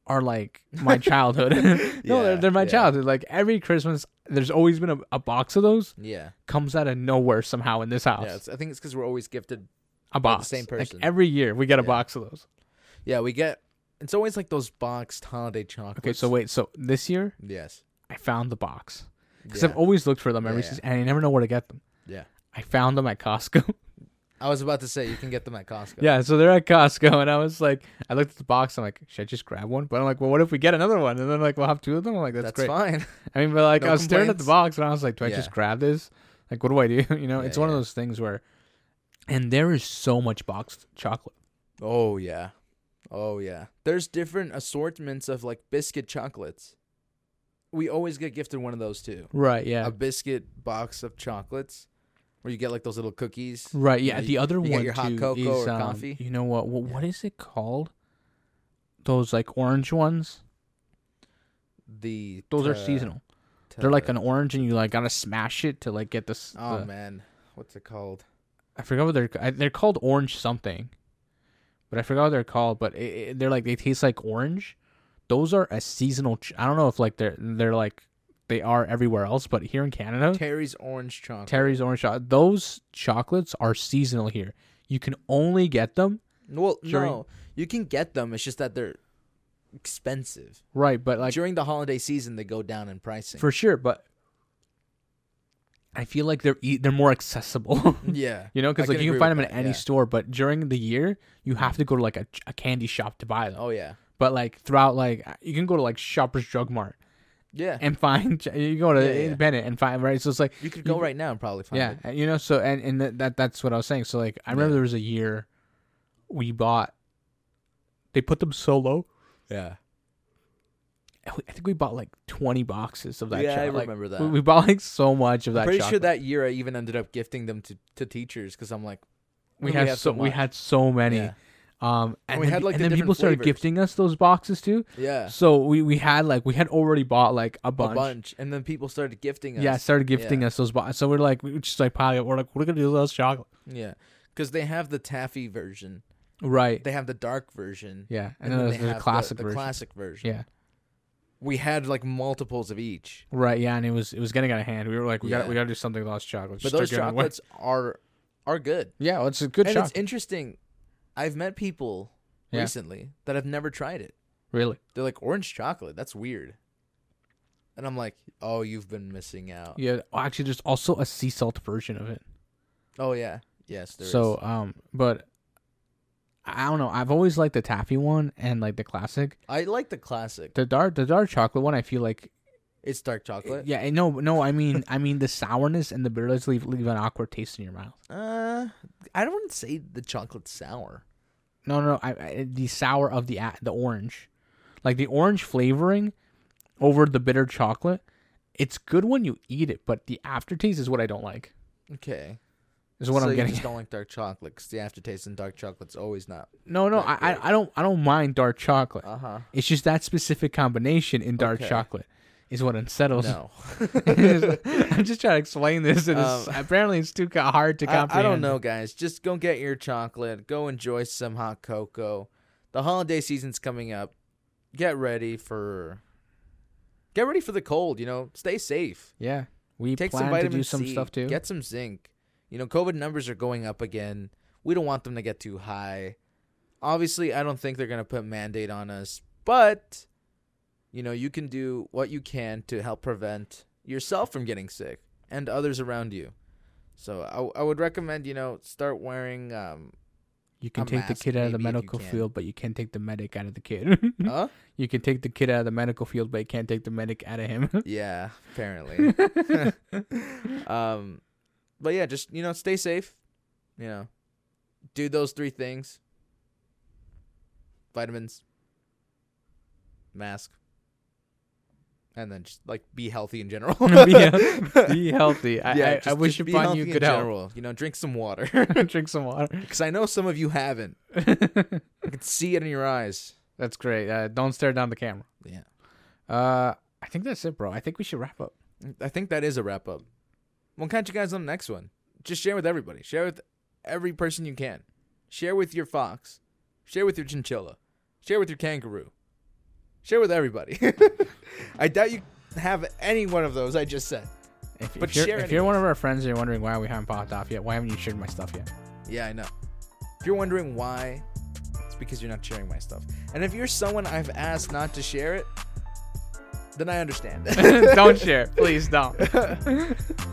Speaker 2: are like my childhood. no,
Speaker 1: Yeah,
Speaker 2: they're, they're my
Speaker 1: yeah.
Speaker 2: childhood. Like every Christmas, there's always been a, a box of those
Speaker 1: Yeah.
Speaker 2: comes out of nowhere somehow in this house.
Speaker 1: Yeah. It's, I think it's because we're always gifted.
Speaker 2: a box.
Speaker 1: same person.
Speaker 2: Like every year, we get a
Speaker 1: Yeah.
Speaker 2: box of those.
Speaker 1: Yeah. We get. It's always like those boxed holiday chocolates.
Speaker 2: Okay, so wait, so this year
Speaker 1: Yes.
Speaker 2: I found the box because
Speaker 1: Yeah.
Speaker 2: I've always looked for them every
Speaker 1: Yeah, yeah.
Speaker 2: season, and I never know where to get them.
Speaker 1: Yeah.
Speaker 2: I found them at Costco.
Speaker 1: I was about to say you can get them at Costco.
Speaker 2: yeah, so they're at Costco, and I was like, I looked at the box. I'm like, should I just grab one? But I'm like, well, what if we get another one? And then like, we'll have two of them. I'm like, that's,
Speaker 1: That's
Speaker 2: great.
Speaker 1: fine.
Speaker 2: I mean, but like,
Speaker 1: No
Speaker 2: I was staring at the box, and I was like, do I
Speaker 1: Yeah.
Speaker 2: just grab this? Like, what do I do? You know,
Speaker 1: Yeah,
Speaker 2: it's one
Speaker 1: yeah.
Speaker 2: of those things where, and there is so much boxed chocolate.
Speaker 1: Oh yeah. Oh yeah. There's different assortments of like biscuit chocolates. We always get gifted one of those too.
Speaker 2: Right. Yeah.
Speaker 1: A biscuit box of chocolates where you get like those little cookies.
Speaker 2: Right.
Speaker 1: You
Speaker 2: Yeah.
Speaker 1: know,
Speaker 2: the
Speaker 1: you-
Speaker 2: other
Speaker 1: you
Speaker 2: one
Speaker 1: get your hot
Speaker 2: too
Speaker 1: cocoa
Speaker 2: is
Speaker 1: or
Speaker 2: um,
Speaker 1: coffee.
Speaker 2: you know what? What, what is it called? Those like orange ones.
Speaker 1: The
Speaker 2: Those are
Speaker 1: ta-
Speaker 2: seasonal. They're like
Speaker 1: ta-
Speaker 2: an uh, orange, and you like gotta smash it to like get this.
Speaker 1: uh, Oh
Speaker 2: the-
Speaker 1: man. What's it called?
Speaker 2: I forgot what they're I, they're called orange something, but I forgot what they're called. But it, it- they're like they taste like orange. Those are a seasonal. Ch- I don't know if like they're they're like they are everywhere else, but here in Canada,
Speaker 1: Terry's orange chocolate.
Speaker 2: Terry's orange chocolate. Those chocolates are seasonal here. You can only get them
Speaker 1: well,
Speaker 2: during-
Speaker 1: no. You can get them. It's just that they're expensive.
Speaker 2: right, but like
Speaker 1: During the holiday season they go down in pricing.
Speaker 2: for sure. But I feel like they're e- they're more accessible.
Speaker 1: yeah.
Speaker 2: You know,
Speaker 1: I
Speaker 2: because like
Speaker 1: can
Speaker 2: you
Speaker 1: agree
Speaker 2: can find
Speaker 1: with
Speaker 2: them in
Speaker 1: that,
Speaker 2: any
Speaker 1: yeah.
Speaker 2: store, but during the year you have to go to like a, a candy shop to buy them.
Speaker 1: Oh yeah.
Speaker 2: But like throughout, like uh, you can go to like Shoppers Drug Mart
Speaker 1: Yeah.
Speaker 2: and find you go to
Speaker 1: Yeah, yeah, yeah.
Speaker 2: Independent and find right. So it's like
Speaker 1: you could go right now and probably find
Speaker 2: yeah,
Speaker 1: it.
Speaker 2: and, you know. So and and that, that that's what I was saying. So like I remember
Speaker 1: Yeah.
Speaker 2: there was a year we bought. They put them so low.
Speaker 1: Yeah.
Speaker 2: I think we bought like twenty boxes of that.
Speaker 1: Yeah, I
Speaker 2: chocolate. Like,
Speaker 1: remember
Speaker 2: we-
Speaker 1: that.
Speaker 2: We, bought like so much of that.
Speaker 1: pretty sure
Speaker 2: chocolate.
Speaker 1: that year I even ended up gifting them to, to teachers because I'm like,
Speaker 2: we had so we
Speaker 1: much.
Speaker 2: had so many.
Speaker 1: Yeah.
Speaker 2: Um, and,
Speaker 1: we
Speaker 2: then,
Speaker 1: had, like, the
Speaker 2: and then
Speaker 1: different
Speaker 2: people started
Speaker 1: flavors.
Speaker 2: gifting us those boxes too.
Speaker 1: yeah,
Speaker 2: So we, we had like we had already bought like a
Speaker 1: a
Speaker 2: bunch.
Speaker 1: bunch, and then people started gifting us.
Speaker 2: Yeah, started gifting
Speaker 1: Yeah.
Speaker 2: us those boxes. So we're like we just like piling up. We're like, what are we gonna do with all this chocolate?
Speaker 1: yeah, because they have the taffy version,
Speaker 2: Right.
Speaker 1: they have the dark version,
Speaker 2: yeah. And, then, there's,
Speaker 1: they
Speaker 2: there's
Speaker 1: have
Speaker 2: a classic
Speaker 1: the, the
Speaker 2: version.
Speaker 1: classic version.
Speaker 2: yeah.
Speaker 1: We had like multiples of each,
Speaker 2: Right. Yeah. And it was it was getting out of hand. We were like, we got
Speaker 1: Yeah.
Speaker 2: we gotta do something with all this chocolate.
Speaker 1: but
Speaker 2: Just
Speaker 1: those
Speaker 2: start giving away.
Speaker 1: chocolates are are good,
Speaker 2: Yeah, well, it's a good
Speaker 1: and
Speaker 2: chocolate.
Speaker 1: it's interesting. I've met people
Speaker 2: Yeah.
Speaker 1: recently that have never tried it.
Speaker 2: Really.
Speaker 1: They're like orange chocolate. That's weird. And I'm like, oh, you've been missing out.
Speaker 2: Yeah. oh, Actually, there's also a sea salt version of it.
Speaker 1: Oh yeah, yes. there is.
Speaker 2: so um, but I don't know. I've always liked the taffy one and like the classic.
Speaker 1: I like the classic.
Speaker 2: The dark the dark chocolate one. I feel like
Speaker 1: It's dark chocolate.
Speaker 2: Yeah, and no, no. I mean, I mean, the sourness and the bitterness leave leave an awkward taste in your mouth.
Speaker 1: Uh, I don't want to say the chocolate sour.
Speaker 2: No, no, I, I the sour of the a- the orange, like the orange flavoring over the bitter chocolate. It's good when you eat it, but the aftertaste is what I don't like.
Speaker 1: Okay.
Speaker 2: Is what
Speaker 1: so
Speaker 2: I'm
Speaker 1: you
Speaker 2: getting.
Speaker 1: just
Speaker 2: at.
Speaker 1: don't like dark chocolate because the aftertaste in dark chocolate's always not.
Speaker 2: No, no, I,
Speaker 1: that great.
Speaker 2: I I don't I don't mind dark chocolate.
Speaker 1: Uh huh.
Speaker 2: It's just that specific combination in dark
Speaker 1: Okay.
Speaker 2: chocolate is what unsettles.
Speaker 1: No.
Speaker 2: I'm just trying to explain this, and it's,
Speaker 1: Um,
Speaker 2: apparently it's too co- hard to
Speaker 1: I,
Speaker 2: comprehend.
Speaker 1: I don't know, guys. Just go get your chocolate. Go enjoy some hot cocoa. The holiday season's coming up. Get ready for. Get ready for the cold. You know, stay safe.
Speaker 2: Yeah, we
Speaker 1: Take some
Speaker 2: plan to
Speaker 1: vitamin
Speaker 2: do some
Speaker 1: C,
Speaker 2: stuff too.
Speaker 1: Get some zinc. You know, COVID numbers are going up again. We don't want them to get too high. Obviously, I don't think they're going to put mandate on us, but you know, you can do what you can to help prevent yourself from getting sick and others around you. So I, I would recommend you know start wearing um
Speaker 2: You can
Speaker 1: A
Speaker 2: take the
Speaker 1: mask,
Speaker 2: kid out of the
Speaker 1: maybe, if you
Speaker 2: medical
Speaker 1: can. Oh,
Speaker 2: field, but you can't take the medic out of the kid.
Speaker 1: huh?
Speaker 2: you can take the kid out of the medical field, but you can't take the medic out of him.
Speaker 1: yeah apparently um but yeah just you know stay safe you know do those three things vitamins mask and then just like be healthy in general
Speaker 2: Be healthy. Be healthy. I, I,
Speaker 1: just-
Speaker 2: I wish
Speaker 1: just be
Speaker 2: upon you
Speaker 1: healthy in
Speaker 2: good health.
Speaker 1: general. you know drink some water
Speaker 2: Drink some water.
Speaker 1: because i know some of you haven't i can see it in your eyes
Speaker 2: that's great. Uh, don't stare down the camera.
Speaker 1: Yeah.
Speaker 2: Uh, I think that's it, bro. I think we should wrap up.
Speaker 1: I think that is a wrap up. We'll catch you guys on the next one. Just share with everybody. Share with every person you can. Share with your fox. Share with your chinchilla. Share with your kangaroo. Share with everybody. I doubt you have any one of those I just said.
Speaker 2: If,
Speaker 1: But
Speaker 2: if, you're,
Speaker 1: share
Speaker 2: if you're one of our friends and you're wondering why we haven't popped off yet, why haven't you shared my stuff yet?
Speaker 1: Yeah, I know. If you're wondering why, it's because you're not sharing my stuff. And if you're someone I've asked not to share it, then I understand.
Speaker 2: don't share. Please don't.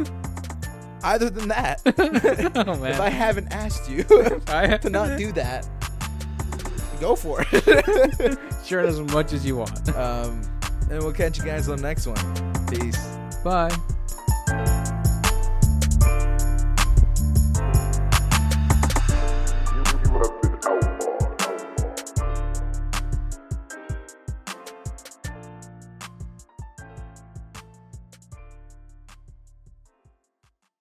Speaker 1: Either than that,
Speaker 2: Oh,
Speaker 1: if
Speaker 2: man.
Speaker 1: I haven't asked you
Speaker 2: I-
Speaker 1: to not do that, go for it.
Speaker 2: share it as much as you want.
Speaker 1: um, and we'll catch you guys on the next one. Peace.
Speaker 2: Bye.